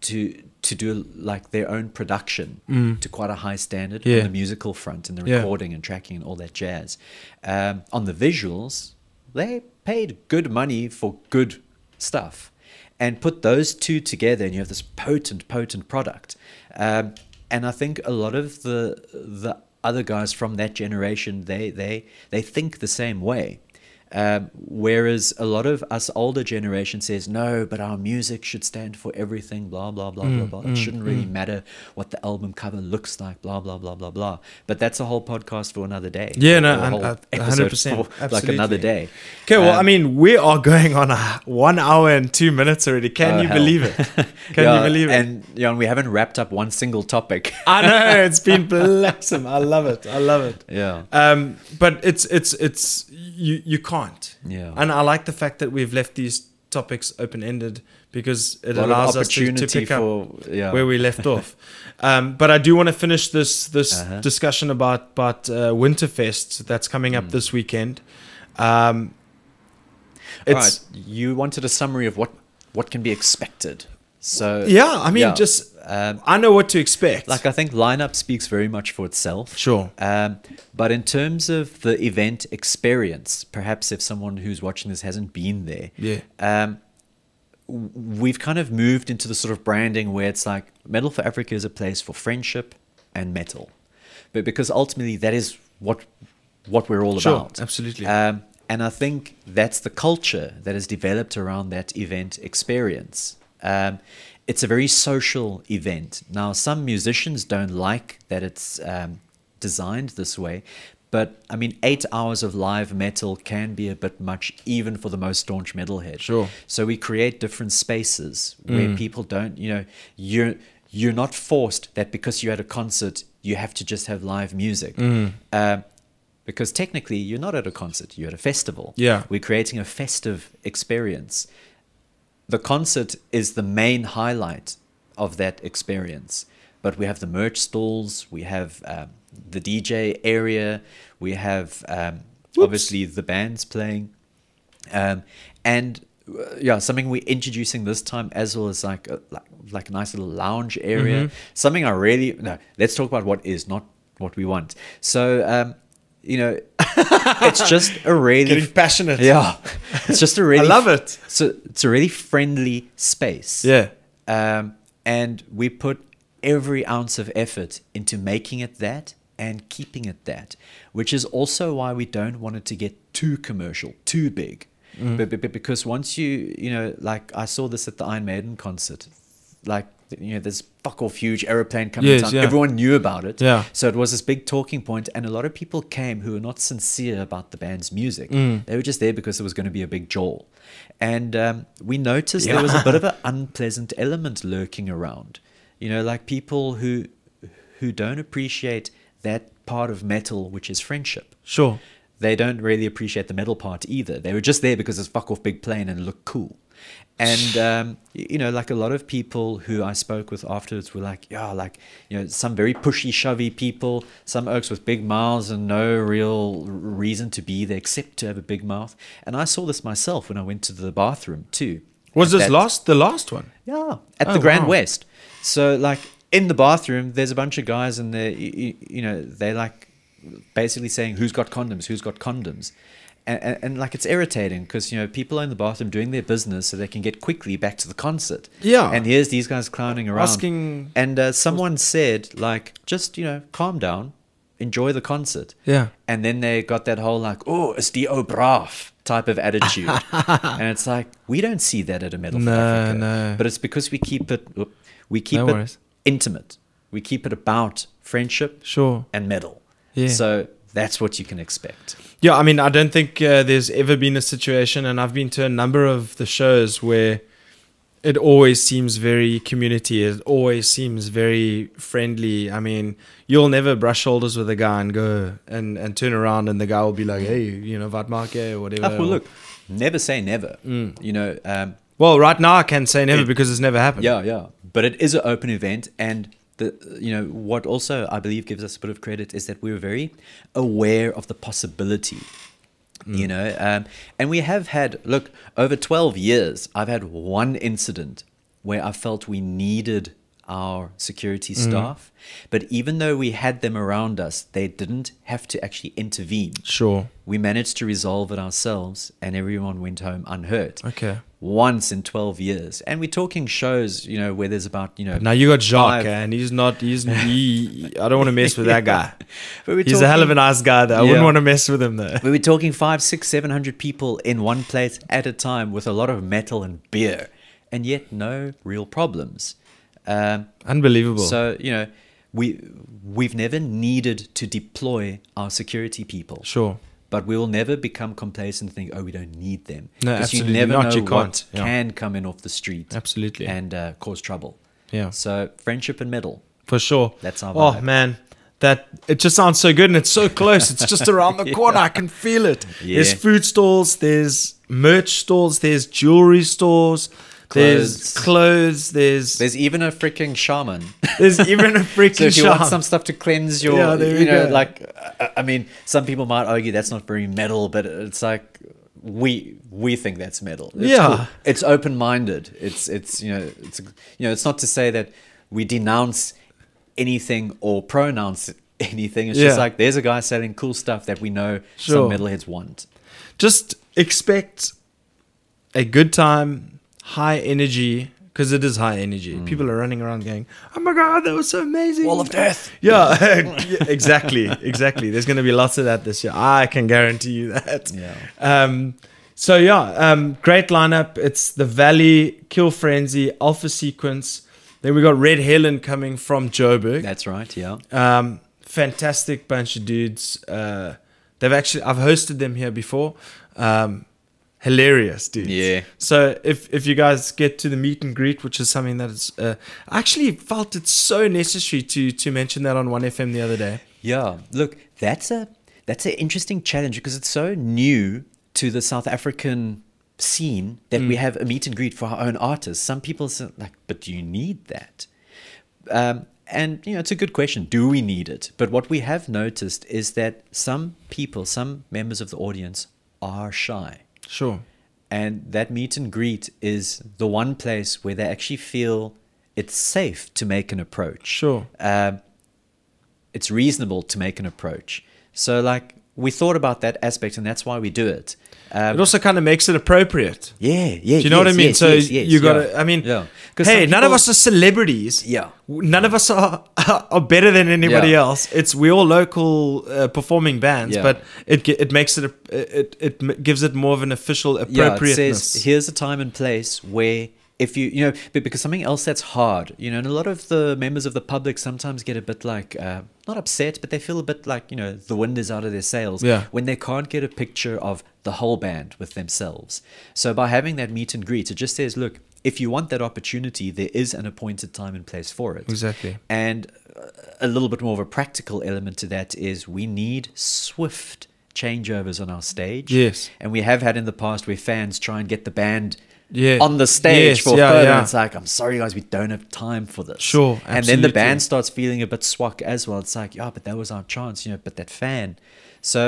Speaker 3: to to do like their own production to quite a high standard
Speaker 2: Yeah.
Speaker 3: on the musical front and the
Speaker 2: Yeah.
Speaker 3: recording and tracking and all that jazz. Um, on the visuals, they paid good money for good stuff, and put those two together, and you have this potent, potent product. Um, and I think a lot of the the other guys from that generation, they they they think the same way. Um, whereas a lot of us older generation says no, but our music should stand for everything. Blah blah blah
Speaker 2: Mm,
Speaker 3: blah blah. it shouldn't really matter what the album cover looks like. Blah blah blah blah blah. But that's a whole podcast for another day.
Speaker 2: Yeah, no,
Speaker 3: Or a
Speaker 2: and-
Speaker 3: whole
Speaker 2: uh,
Speaker 3: episode
Speaker 2: 100%,
Speaker 3: for, like another
Speaker 2: absolutely.
Speaker 3: day.
Speaker 2: Okay, well,
Speaker 3: Um,
Speaker 2: I mean, we are going on a one hour and two minutes already. Can
Speaker 3: oh,
Speaker 2: you
Speaker 3: hell.
Speaker 2: believe it? Can
Speaker 3: Yeah,
Speaker 2: you believe it?
Speaker 3: And you know, and we haven't wrapped up one single topic.
Speaker 2: I know it's been blessing. I love it. I love it.
Speaker 3: yeah.
Speaker 2: Um, but it's it's it's you you can't.
Speaker 3: Yeah.
Speaker 2: And I like the fact that we've left these topics open ended because it
Speaker 3: Lot of
Speaker 2: allows us to, to
Speaker 3: opportunity
Speaker 2: pick up
Speaker 3: for- yeah.
Speaker 2: where we left off. Um, but I do want to finish this this
Speaker 3: Uh-huh.
Speaker 2: discussion about about uh, Winterfest that's coming
Speaker 3: Mm.
Speaker 2: up this weekend. Um,
Speaker 3: All
Speaker 2: it's-
Speaker 3: right. You wanted a summary of what what can be expected. So
Speaker 2: Yeah, I mean,
Speaker 3: yeah,
Speaker 2: just
Speaker 3: um,
Speaker 2: I know what to expect.
Speaker 3: Like I think lineup speaks very much for itself.
Speaker 2: Sure.
Speaker 3: Um, but in terms of the event experience, perhaps if someone who's watching this hasn't been there,
Speaker 2: Yeah.
Speaker 3: um, w- we've kind of moved into the sort of branding where it's like Metal for Africa is a place for friendship and metal, but because ultimately that is what what we're all
Speaker 2: Sure,
Speaker 3: about.
Speaker 2: absolutely.
Speaker 3: Um, and I think that's the culture that has developed around that event experience. Um, it's a very social event. Now, some musicians don't like that it's um, designed this way, but I mean, eight hours of live metal can be a bit much, even for the most staunch metalhead.
Speaker 2: Sure.
Speaker 3: So we create different spaces where people don't, you know, you're you're not forced that because you're at a concert you have to just have live music. Um, because technically you're not at a concert, you're at a festival.
Speaker 2: Yeah.
Speaker 3: We're creating a festive experience. The concert is the main highlight of that experience. But we have the merch stalls, we have um, the DJ area, we have um, obviously the bands playing. Um, and uh, yeah, something we're introducing this time as well as like a, like, like a nice little lounge area.
Speaker 2: Mm-hmm.
Speaker 3: Something I really no. Let's talk about what is not what we want. So um, you know, it's just a really
Speaker 2: Getting passionate.
Speaker 3: yeah, it's just a really
Speaker 2: I love it.
Speaker 3: So it's a really friendly space.
Speaker 2: Yeah.
Speaker 3: Um, and we put every ounce of effort into making it that and keeping it that, which is also why we don't want it to get too commercial, too big.
Speaker 2: Mm.
Speaker 3: But, but, but because once you, you know, like I saw this at the Iron Maiden concert, like, you know, this fuck off huge aeroplane coming
Speaker 2: Yes,
Speaker 3: down.
Speaker 2: yeah.
Speaker 3: Everyone knew about it.
Speaker 2: Yeah.
Speaker 3: So it was this big talking point, and a lot of people came who were not sincere about the band's music. They were just there because there was going to be a big jaw. And um, we noticed there was a bit of an unpleasant element lurking around. You know, like people who who don't appreciate that part of metal, which is friendship.
Speaker 2: Sure.
Speaker 3: They don't really appreciate the metal part either. They were just there because it's fuck off big plane and look cool. And um, y- you know, like a lot of people who I spoke with afterwards were like, yeah, like you know, some very pushy, shovey people, some oaks with big mouths and no real r- reason to be there except to have a big mouth. And I saw this myself when I went to the bathroom too.
Speaker 2: Was
Speaker 3: At
Speaker 2: this
Speaker 3: that-
Speaker 2: last the last one?
Speaker 3: yeah, at
Speaker 2: Oh,
Speaker 3: the Grand
Speaker 2: wow.
Speaker 3: West. So like in the bathroom, there's a bunch of guys, and they, you, you know, they're like basically saying, "Who's got condoms? Who's got condoms?" And, and, and like it's irritating because you know people are in the bathroom doing their business so they can get quickly back to the concert.
Speaker 2: Yeah.
Speaker 3: And here's these guys clowning around,
Speaker 2: Asking-
Speaker 3: And uh, someone said like, just you know, calm down, enjoy the concert.
Speaker 2: Yeah.
Speaker 3: And then they got that whole like, oh, it's the braaf type of attitude. and it's like, we don't see that at a metal
Speaker 2: No,
Speaker 3: Africa.
Speaker 2: no.
Speaker 3: But it's because we keep it oop, we keep
Speaker 2: No
Speaker 3: it
Speaker 2: worries.
Speaker 3: intimate. We keep it about friendship
Speaker 2: Sure.
Speaker 3: and metal.
Speaker 2: Yeah.
Speaker 3: So that's what you can expect.
Speaker 2: Yeah, I mean, I don't think uh, there's ever been a situation, and I've been to a number of the shows where it always seems very community. It always seems very friendly. I mean, you'll never brush shoulders with a guy and go and, and turn around, and the guy will be like, "Hey, you know, wat maak jy?" or whatever.
Speaker 3: Ah, well, look, never say never.
Speaker 2: Mm.
Speaker 3: You know, um,
Speaker 2: Well, right now I can say never because it's never happened.
Speaker 3: Yeah, yeah. But it is an open event, and the you know what also I believe gives us a bit of credit is that we were very aware of the possibility. You know, um, and we have had look over twelve years. I've had one incident where I felt we needed our security staff, but even though we had them around us, they didn't have to actually intervene.
Speaker 2: Sure.
Speaker 3: We managed to resolve it ourselves, and everyone went home unhurt.
Speaker 2: Okay.
Speaker 3: Once in 12 years. And we're talking shows, you know, where there's about, you know.
Speaker 2: Now you got Jacques,
Speaker 3: Five.
Speaker 2: and he's not. He's. He, I don't want to mess with that guy.
Speaker 3: But we're
Speaker 2: He's a hell of a
Speaker 3: talking-
Speaker 2: nice guy, though. I wouldn't
Speaker 3: Yeah.
Speaker 2: want to mess with him, though.
Speaker 3: We were talking five, six, seven hundred people in one place at a time with a lot of metal and beer, and yet no real problems. Um,
Speaker 2: Unbelievable.
Speaker 3: so, you know, we, we've never needed to deploy our security people.
Speaker 2: sure.
Speaker 3: but we will never become complacent and think, oh, we don't need them.
Speaker 2: No,
Speaker 3: 'Cause
Speaker 2: absolutely
Speaker 3: you never
Speaker 2: not.
Speaker 3: know
Speaker 2: You
Speaker 3: what
Speaker 2: can't. Yeah.
Speaker 3: can come in off the street
Speaker 2: Absolutely.
Speaker 3: and uh, cause trouble.
Speaker 2: Yeah.
Speaker 3: So friendship and metal.
Speaker 2: For sure.
Speaker 3: That's our
Speaker 2: Oh
Speaker 3: vibe.
Speaker 2: man, that it just sounds so good and it's so close. It's just around the corner. I can feel it. There's
Speaker 3: Yeah.
Speaker 2: food stalls, there's merch stores, there's jewelry stores, there's
Speaker 3: Clothes.
Speaker 2: clothes, there's there's,
Speaker 3: There's even a freaking shaman.
Speaker 2: even a
Speaker 3: so
Speaker 2: freaking
Speaker 3: if you
Speaker 2: shop.
Speaker 3: want some stuff to cleanse your,
Speaker 2: Yeah, there
Speaker 3: you
Speaker 2: we
Speaker 3: know,
Speaker 2: go.
Speaker 3: like, I- I- I mean, some people might argue that's not very metal, but it's like we we think that's metal. It's
Speaker 2: Yeah.
Speaker 3: cool. It's open minded. It's it's you know it's you know it's not to say that we denounce anything or pronounce anything. It's just
Speaker 2: Yeah.
Speaker 3: like there's a guy selling cool stuff that we know
Speaker 2: Sure.
Speaker 3: some metalheads want.
Speaker 2: just expect a good time, high energy, because it is high energy.
Speaker 3: Hmm.
Speaker 2: People are running around going, "Oh my god, that was so amazing!"
Speaker 3: Wall of death.
Speaker 2: Yeah, yeah, exactly, exactly. There's going to be lots of that this year. I can guarantee you that.
Speaker 3: Yeah.
Speaker 2: Um, so yeah, um, great lineup. It's the Valley, Kill Frenzy, Alpha Sequence. Then we got Red Helen coming from Joburg.
Speaker 3: That's right. Yeah.
Speaker 2: Um, fantastic bunch of dudes. Uh, they've actually I've hosted them here before. Um, hilarious dudes.
Speaker 3: Yeah.
Speaker 2: So if if you guys get to the meet and greet, which is something that is, uh, I actually felt it's so necessary to to mention that on One FM the other day.
Speaker 3: Yeah, look, that's a that's an interesting challenge because it's so new to the South African scene that we have a meet and greet for our own artists. Some people say, like, but do you need that? Um, and you know, it's a good question. Do we need it? But what we have noticed is that some people, some members of the audience, are shy
Speaker 2: Sure.
Speaker 3: And that meet and greet is the one place where they actually feel it's safe to make an approach.
Speaker 2: Sure.
Speaker 3: Um, it's reasonable to make an approach. So, like, we thought about that aspect, and that's why we do it. Um,
Speaker 2: It also kind of makes it appropriate.
Speaker 3: yeah, yeah.
Speaker 2: Do you know what I
Speaker 3: yes,
Speaker 2: mean?
Speaker 3: yes,
Speaker 2: so
Speaker 3: yes, yes,
Speaker 2: you got to,
Speaker 3: yeah.
Speaker 2: I mean,
Speaker 3: yeah. 'Cause
Speaker 2: hey,
Speaker 3: some
Speaker 2: none of
Speaker 3: people-
Speaker 2: us are celebrities.
Speaker 3: Yeah.
Speaker 2: None of us are are better than anybody
Speaker 3: Yeah.
Speaker 2: else. It's we're all local uh, performing bands,
Speaker 3: Yeah.
Speaker 2: but it ge- it makes it a, it it m- gives it more of an official appropriateness.
Speaker 3: Yeah, it says here's a time and place where if you you know be- because something else that's hard you know and a lot of the members of the public sometimes get a bit like uh, not upset but they feel a bit like you know the wind is out of their sails
Speaker 2: Yeah.
Speaker 3: when they can't get a picture of the whole band with themselves so by having that meet and greet it just says look if you want that opportunity there is an appointed time and place for it
Speaker 2: Exactly.
Speaker 3: and uh, a little bit more of a practical element to that is we need swift changeovers on our stage
Speaker 2: Yes.
Speaker 3: and we have had in the past where fans try and get the band
Speaker 2: Yeah.
Speaker 3: on the stage
Speaker 2: Yes,
Speaker 3: for
Speaker 2: yeah,
Speaker 3: further.
Speaker 2: yeah.
Speaker 3: It's like, I'm sorry, guys, we don't have time for this.
Speaker 2: Sure,
Speaker 3: And then the
Speaker 2: absolutely.
Speaker 3: band starts feeling a bit swack as well. It's like, yeah, but that was our chance, you know, but that fan. So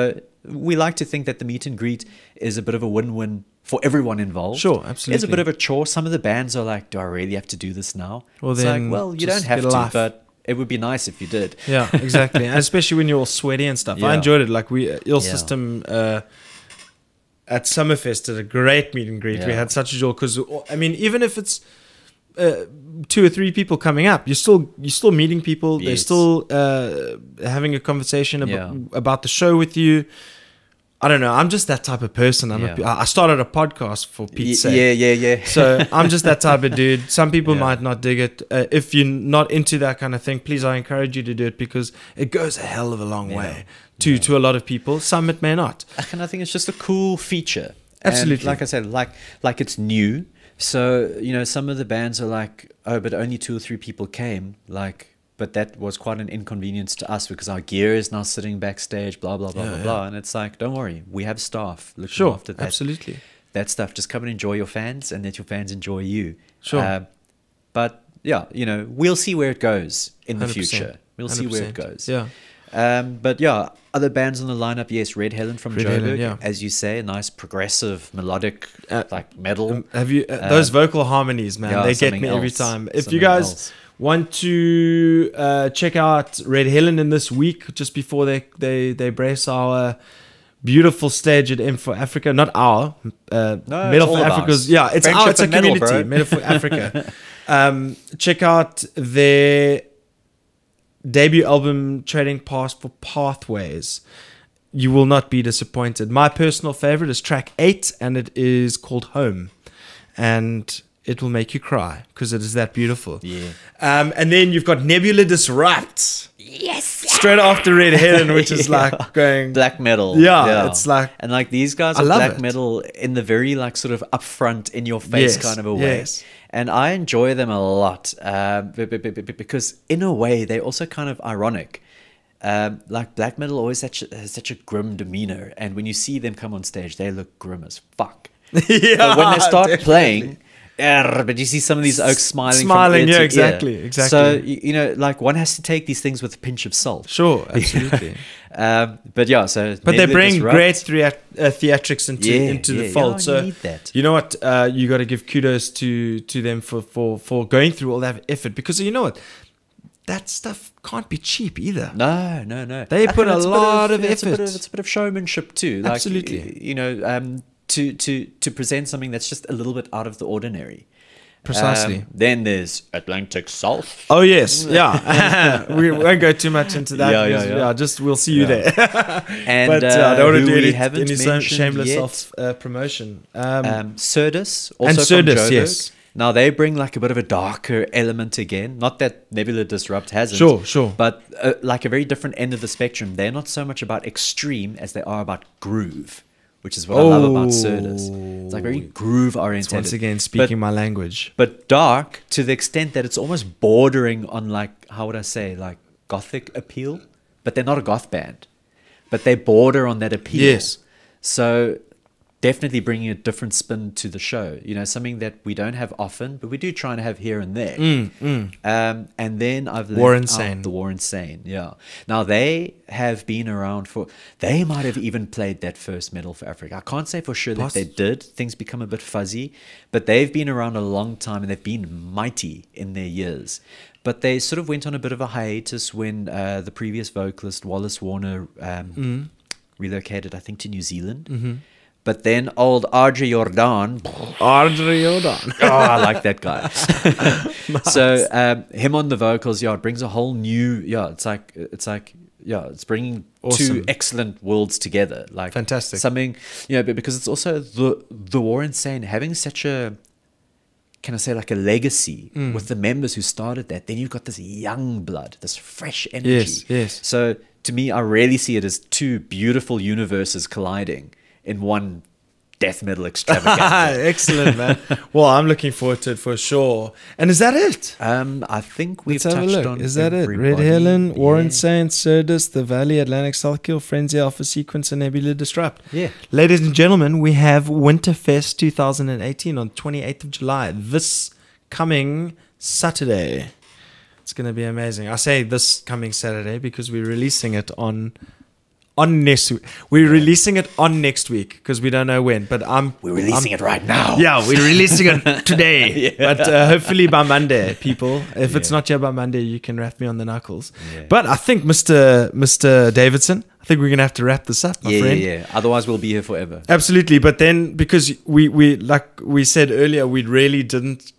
Speaker 3: we like to think that the meet and greet is a bit of a win win for everyone involved.
Speaker 2: Sure,
Speaker 3: It's a bit
Speaker 2: absolutely.
Speaker 3: of a chore. Some of the bands are like, do I really have to do this now?
Speaker 2: Well,
Speaker 3: it's
Speaker 2: then
Speaker 3: like, well, you don't
Speaker 2: just
Speaker 3: have
Speaker 2: get a
Speaker 3: to,
Speaker 2: life.
Speaker 3: but it would be nice if you did.
Speaker 2: Yeah, exactly. and especially when you're all sweaty and stuff. I
Speaker 3: Yeah.
Speaker 2: enjoyed it. Like we uh, Ill
Speaker 3: Yeah.
Speaker 2: System uh, at Summerfest did a great meet and greet. We
Speaker 3: Yeah.
Speaker 2: had such a joy because I mean, even if it's uh, two or three people coming up, you're still you're still meeting people. They're
Speaker 3: Yes.
Speaker 2: still uh, having a conversation about,
Speaker 3: Yeah.
Speaker 2: about the show with you. I don't know. I'm just that type of person. I'm a,
Speaker 3: Yeah.
Speaker 2: I I started a podcast for Pete's
Speaker 3: Y-
Speaker 2: sake.
Speaker 3: yeah, yeah, yeah.
Speaker 2: So I'm just that type of dude. Some people
Speaker 3: Yeah.
Speaker 2: might not dig it. Uh, if you're not into that kind of thing, please, I encourage you to do it because it goes a hell of a long
Speaker 3: Yeah.
Speaker 2: way to to a lot of people. Some it may not.
Speaker 3: and I think it's just a cool feature.
Speaker 2: Absolutely.
Speaker 3: And like I said, like like it's new. So you know, some of the bands are like, oh, but only two or three people came. Like, but that was quite an inconvenience to us because our gear is now sitting backstage. Blah blah blah
Speaker 2: Yeah,
Speaker 3: blah
Speaker 2: yeah.
Speaker 3: blah. And it's like, don't worry, we have staff looking
Speaker 2: Sure,
Speaker 3: after that
Speaker 2: absolutely.
Speaker 3: that stuff. Just come and enjoy your fans, and let your fans enjoy you.
Speaker 2: Sure.
Speaker 3: Uh, but yeah, you know, we'll see where it goes in the
Speaker 2: 100%,
Speaker 3: future. We'll see where it
Speaker 2: 100%.
Speaker 3: goes.
Speaker 2: Yeah.
Speaker 3: Um, but yeah, other bands on the lineup, yes, Red Helen from
Speaker 2: Red
Speaker 3: Joburg,
Speaker 2: Helen, yeah.
Speaker 3: as you say, a nice progressive melodic
Speaker 2: Uh,
Speaker 3: like metal.
Speaker 2: Um, Have you uh, those
Speaker 3: Um,
Speaker 2: vocal harmonies, man?
Speaker 3: yeah,
Speaker 2: they get
Speaker 3: something
Speaker 2: me every
Speaker 3: else,
Speaker 2: time. If you
Speaker 3: something
Speaker 2: guys
Speaker 3: else.
Speaker 2: want to uh, check out Red Helen in this week, just before they they they brace our beautiful stage at M for Africa, not our uh,
Speaker 3: No,
Speaker 2: Metal
Speaker 3: it's
Speaker 2: for
Speaker 3: all about
Speaker 2: Africa's. Yeah, it's
Speaker 3: friendship
Speaker 2: our it's a
Speaker 3: and metal,
Speaker 2: community.
Speaker 3: bro.
Speaker 2: Metal for Africa. Um, check out their debut album trading past for pathways you will not be disappointed my personal favorite is track 8 and it is called home and it will make you cry because it is that beautiful
Speaker 3: Yeah.
Speaker 2: um, and then you've got nebula disrupt yes straight after red helen which is like going
Speaker 3: Black metal.
Speaker 2: Yeah, it's like-
Speaker 3: and like these guys
Speaker 2: I
Speaker 3: are
Speaker 2: love
Speaker 3: black
Speaker 2: it.
Speaker 3: metal in the very like sort of upfront in your face
Speaker 2: Yes,
Speaker 3: kind of a way.
Speaker 2: yes.
Speaker 3: And I enjoy them a lot um, be- be- be- be- because in a way they're also kind of ironic. Um, like black metal always such a, has such a grim demeanor, and when you see them come on stage, they look grim as fuck.
Speaker 2: yeah,
Speaker 3: but when they start
Speaker 2: definitely.
Speaker 3: playing, err, but you see some of these oaks smiling, from
Speaker 2: smiling,
Speaker 3: ear
Speaker 2: yeah,
Speaker 3: to ear.
Speaker 2: exactly,
Speaker 3: So
Speaker 2: exactly.
Speaker 3: y- you know, like one has to take these things with a pinch of salt.
Speaker 2: sure absolutely
Speaker 3: Um, but yeah, so
Speaker 2: But they
Speaker 3: Nebula
Speaker 2: bring
Speaker 3: Disrupt,
Speaker 2: great thea- uh, theatrics into
Speaker 3: Yeah,
Speaker 2: into the
Speaker 3: yeah,
Speaker 2: fold.
Speaker 3: yeah,
Speaker 2: so
Speaker 3: you need that.
Speaker 2: you know what? Uh, you got to give kudos to to them for for for going through all that effort because you know what? That stuff can't be cheap either.
Speaker 3: No, no, no.
Speaker 2: They
Speaker 3: I
Speaker 2: put
Speaker 3: think
Speaker 2: a
Speaker 3: it's bit
Speaker 2: lot of
Speaker 3: yeah, It's a, bit
Speaker 2: effort.
Speaker 3: of, it's a bit of showmanship too. Like,
Speaker 2: Absolutely.
Speaker 3: y- You know, um, to to to present something that's just a little bit out of the ordinary.
Speaker 2: Precisely.
Speaker 3: Um, then there's Atlantic South.
Speaker 2: Oh yes, yeah. we won't go too much into that.
Speaker 3: Yeah, yeah,
Speaker 2: because,
Speaker 3: yeah.
Speaker 2: Just we'll see you
Speaker 3: Yeah.
Speaker 2: there.
Speaker 3: and
Speaker 2: but uh, I don't want to
Speaker 3: who
Speaker 2: do
Speaker 3: we
Speaker 2: any,
Speaker 3: haven't
Speaker 2: any so-
Speaker 3: mentioned
Speaker 2: shameless
Speaker 3: yet.
Speaker 2: self uh, promotion. Um,
Speaker 3: um, Surdus, also
Speaker 2: And
Speaker 3: from
Speaker 2: Surdus,
Speaker 3: Joburg.
Speaker 2: yes.
Speaker 3: Now they bring like a bit of a darker element again. Not that Nebula Disrupt hasn't,
Speaker 2: Sure, sure.
Speaker 3: but uh, like a very different end of the spectrum. They're not so much about extreme as they are about groove, which is what I love about Surdus. It's like very groove oriented.
Speaker 2: Oh. once again, speaking my language.
Speaker 3: but dark to the extent that it's almost bordering on like how would I say like gothic appeal, but they're not a goth band, but they border on that appeal.
Speaker 2: Yes.
Speaker 3: So definitely bringing a different spin to the show. You know, something that we don't have often, but we do try and have here and there. Um, and then I've left
Speaker 2: Warren
Speaker 3: out
Speaker 2: Sane.
Speaker 3: the Warren Sane. Yeah. Now they have been around for. They might have even played that first medal for Africa. I can't say for sure
Speaker 2: Poss-
Speaker 3: that they did. Things become a bit fuzzy, but they've been around a long time and they've been mighty in their years. But they sort of went on a bit of a hiatus when uh, the previous vocalist Wallace Warner um, relocated, I think, to New Zealand. But then old Audrey Jordan
Speaker 2: Andre Jordan.
Speaker 3: oh, I like that guy. So um, him on the vocals, yeah, it brings a whole new, yeah. It's like it's like yeah, it's bringing
Speaker 2: Awesome.
Speaker 3: two excellent worlds together. Like
Speaker 2: Fantastic.
Speaker 3: something, you know, but because it's also the the war insane having such a can I say like a legacy
Speaker 2: Mm.
Speaker 3: with the members who started that. Then you've got this young blood, this fresh energy.
Speaker 2: Yes, yes.
Speaker 3: So to me, I really see it as two beautiful universes colliding in one death metal extravaganza.
Speaker 2: Excellent, man. Well, I'm looking forward to it for sure. And is that it?
Speaker 3: Um, I think we've
Speaker 2: Let's have a
Speaker 3: touched
Speaker 2: look.
Speaker 3: on.
Speaker 2: Is that it? Red
Speaker 3: everybody.
Speaker 2: Helen, Warren
Speaker 3: Yeah.
Speaker 2: Saint, Surdus, The Valley, Atlantic Southkill, Frenzy Alpha Sequence, and Nebula Disrupt.
Speaker 3: Yeah.
Speaker 2: Ladies and gentlemen, we have Winterfest 2018 on 28th of July, this coming Saturday. It's going to be amazing. I say this coming Saturday because we're releasing it on on next week. We're releasing it on next week because we don't know when, but I'm
Speaker 3: We're releasing it right now.
Speaker 2: yeah, we're releasing it today. But uh, hopefully by Monday, people. If it's
Speaker 3: Yeah.
Speaker 2: not here by Monday, you can wrap me on the knuckles.
Speaker 3: Yeah.
Speaker 2: But I think, Mr. Mr. Davidson, I think we're going to have to wrap this up, my
Speaker 3: Yeah, yeah,
Speaker 2: friend.
Speaker 3: yeah. Otherwise, we'll be here forever.
Speaker 2: Absolutely. But then, because we, we, like we said earlier, we really didn't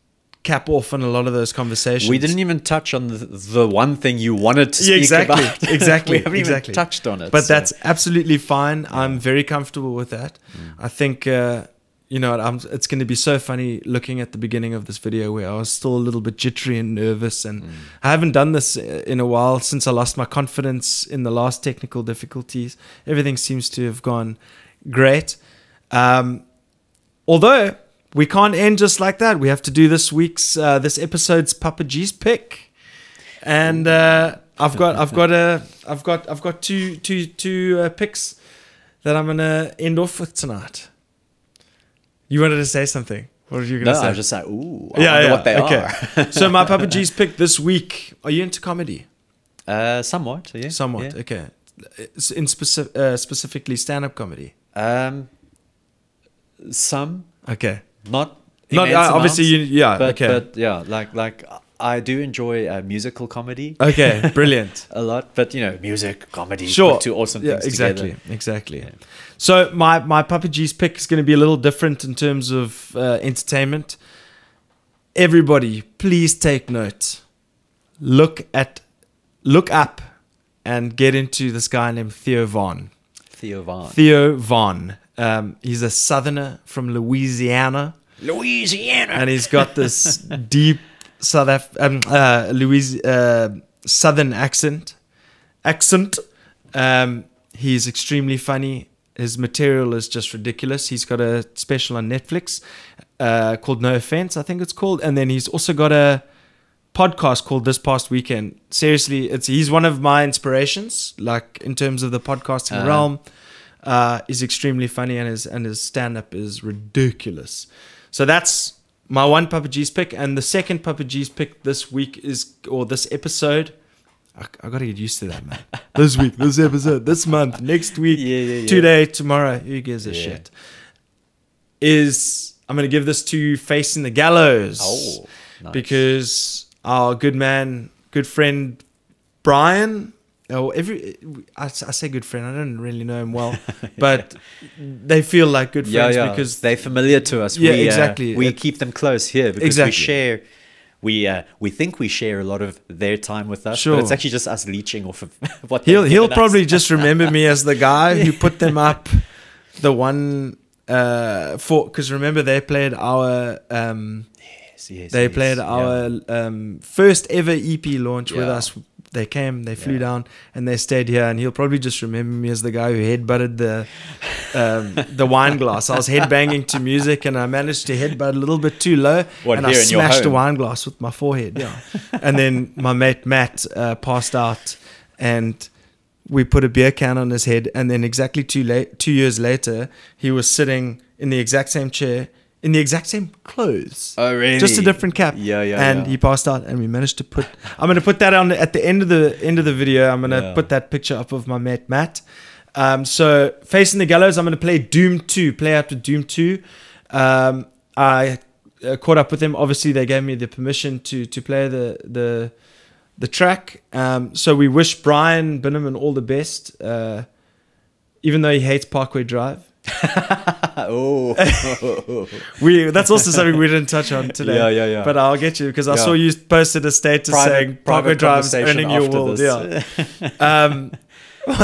Speaker 2: cap off on a lot of those conversations.
Speaker 3: We didn't even touch on the, the one thing you wanted to speak
Speaker 2: Yeah, exactly,
Speaker 3: about.
Speaker 2: exactly,
Speaker 3: we haven't
Speaker 2: exactly.
Speaker 3: even touched on it.
Speaker 2: But
Speaker 3: so-
Speaker 2: that's absolutely fine. I'm very comfortable with that.
Speaker 3: Mm.
Speaker 2: I think uh, you know I'm, it's going to be so funny looking at the beginning of this video where I was still a little bit jittery and nervous,
Speaker 3: Mm.
Speaker 2: and I haven't done this uh, in a while since I lost my confidence in the last technical difficulties. Everything seems to have gone great. Um, although we can't end just like that, we have to do this week's uh, this episode's Papa G's pick, and uh, I've got I've got a I've got I've got two two two uh, picks that I'm gonna end off with tonight. You wanted to say something? What were you
Speaker 3: no.
Speaker 2: gonna
Speaker 3: I
Speaker 2: say?
Speaker 3: was just like, ooh, I wonder what they are.
Speaker 2: so my Papa G's pick this week. Are you into comedy?
Speaker 3: Uh, somewhat, yeah.
Speaker 2: Somewhat.
Speaker 3: yeah.
Speaker 2: Okay. It's In specific, uh, specifically stand-up comedy.
Speaker 3: Um, some
Speaker 2: Okay.
Speaker 3: not.
Speaker 2: Not
Speaker 3: immense
Speaker 2: uh, obviously. You,
Speaker 3: amounts,
Speaker 2: yeah.
Speaker 3: but,
Speaker 2: okay.
Speaker 3: But yeah, like like I do enjoy uh, musical comedy
Speaker 2: okay. Brilliant.
Speaker 3: a lot. But you know, music comedy,
Speaker 2: Sure.
Speaker 3: put two awesome
Speaker 2: Yeah,
Speaker 3: things
Speaker 2: exactly,
Speaker 3: together.
Speaker 2: Exactly.
Speaker 3: Yeah.
Speaker 2: So my my Papa G's pick is going to be a little different in terms of uh, entertainment. Everybody, please take note. Look at, look up, and get into this guy named Theo Vaughn.
Speaker 3: Theo Vaughn.
Speaker 2: Theo Vaughn. Um, he's a southerner from Louisiana,
Speaker 3: Louisiana.
Speaker 2: and he's got this deep South Af- um, uh, Louis- uh, southern accent. Accent. Um, he's extremely funny. His material is just ridiculous. He's got a special on Netflix uh, called No Offense, I think it's called, and then he's also got a podcast called This Past Weekend. Seriously, it's he's one of my inspirations, like in terms of the podcasting
Speaker 3: Uh-huh.
Speaker 2: realm. Uh, he's extremely funny, and his and his stand up is ridiculous. So that's my one Papa G's pick, and the second Papa G's pick this week is or this episode. I, I gotta get used to that, man. this week, this episode, this month, next week,
Speaker 3: Yeah, yeah, yeah.
Speaker 2: today, tomorrow. Who gives a
Speaker 3: Yeah.
Speaker 2: shit? Is I'm gonna give this to Facing the Gallows
Speaker 3: Oh, nice.
Speaker 2: because our good man, good friend Brian. Oh, every I, I say good friend. I don't really know him well, but they feel like good
Speaker 3: yeah,
Speaker 2: friends
Speaker 3: yeah.
Speaker 2: because
Speaker 3: they're familiar to us.
Speaker 2: Yeah,
Speaker 3: we, uh,
Speaker 2: exactly.
Speaker 3: we
Speaker 2: It-
Speaker 3: keep them close here because
Speaker 2: Exactly.
Speaker 3: we share. We uh, we think we share a lot of their time with us,
Speaker 2: Sure.
Speaker 3: but it's actually just us leeching off of what
Speaker 2: he'll
Speaker 3: they've
Speaker 2: he'll
Speaker 3: given us.
Speaker 2: probably just remember me as the guy who put them up the one uh for because remember they played our um
Speaker 3: Yes, yes,
Speaker 2: they
Speaker 3: yes,
Speaker 2: played
Speaker 3: yeah.
Speaker 2: our um first ever ep launch with
Speaker 3: Yeah.
Speaker 2: us they came they flew
Speaker 3: Yeah.
Speaker 2: down and they stayed here and he'll probably just remember me as the guy who headbutted the um the wine glass i was headbanging to music and i managed to headbutt a little bit too low
Speaker 3: What,
Speaker 2: and i
Speaker 3: here in your
Speaker 2: smashed a
Speaker 3: home?
Speaker 2: wine glass with my forehead yeah and then my mate matt uh, passed out and we put a beer can on his head, and then exactly two late two years later, he was sitting in the exact same chair in the exact same clothes.
Speaker 3: Oh, really?
Speaker 2: Just a different cap.
Speaker 3: Yeah, yeah,
Speaker 2: And
Speaker 3: yeah.
Speaker 2: he passed out, and we managed to put. I'm gonna put that on at the end of the end of the video. I'm gonna
Speaker 3: Yeah.
Speaker 2: put that picture up of my mate Matt. Um, so facing the gallows, I'm gonna play Doom Two. Play out with Doom Two. Um, I uh, caught up with them. Obviously, they gave me the permission to to play the the the track. Um, so we wish Brian Binneman all the best. Uh, even though he hates Parkway Drive,
Speaker 3: oh.
Speaker 2: we that's also something we didn't touch on today.
Speaker 3: Yeah, yeah, yeah.
Speaker 2: But I'll get you because I
Speaker 3: Yeah.
Speaker 2: saw you posted a status saying Parkway Drive is earning
Speaker 3: conversation
Speaker 2: your
Speaker 3: after
Speaker 2: world. Yeah.
Speaker 3: this.
Speaker 2: Um, you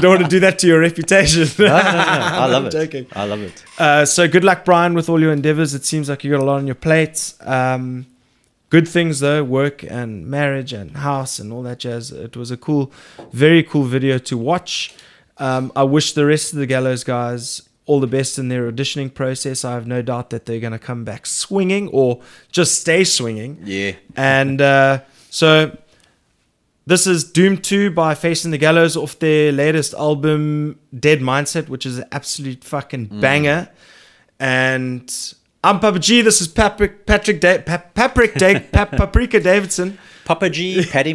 Speaker 2: don't want to do that to your reputation.
Speaker 3: No, no, no, no. I love
Speaker 2: I'm
Speaker 3: it.
Speaker 2: joking.
Speaker 3: I love it.
Speaker 2: Uh, so good luck, Brian, with all your endeavors. It seems like you got a lot on your plate. Um, good things though, work and marriage and house and all that jazz. It was a cool, very cool video to watch. Um, I wish the rest of the Gallows guys all the best in their auditioning process. I have no doubt that they're going to come back swinging or just stay swinging.
Speaker 3: Yeah.
Speaker 2: And uh, so this is Doom 2 by Facing the Gallows off their latest album, Dead Mindset, which is an absolute fucking banger. And I'm Papa G. This is Patrick, Patrick, da- pa- Patrick da- pa- Paprika Davidson.
Speaker 3: Papa G, Paddy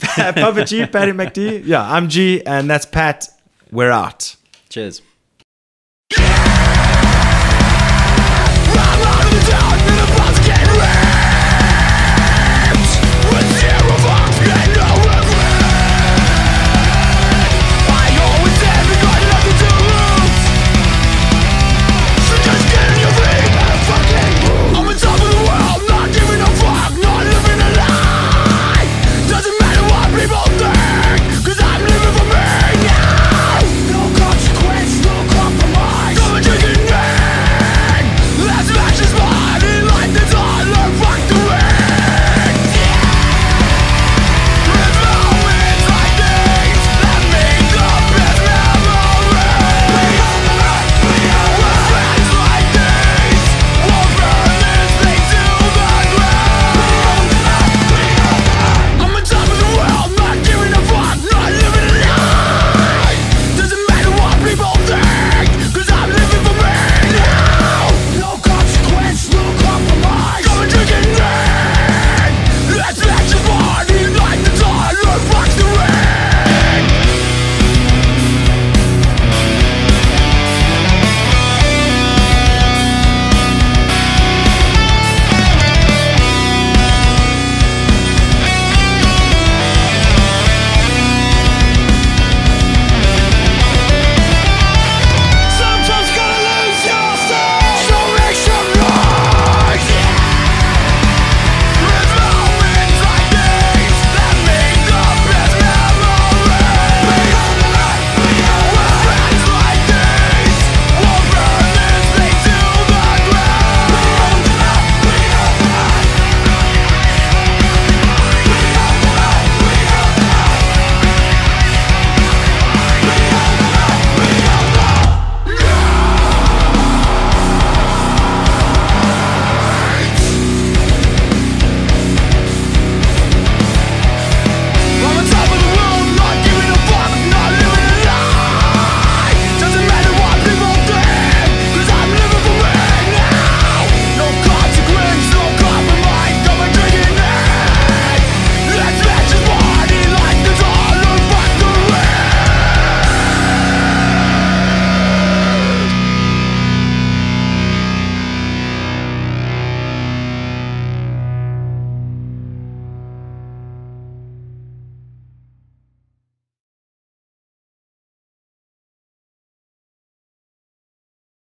Speaker 2: Papa G, Patty McD. Yeah, I'm G, and that's Pat. We're out.
Speaker 3: Cheers.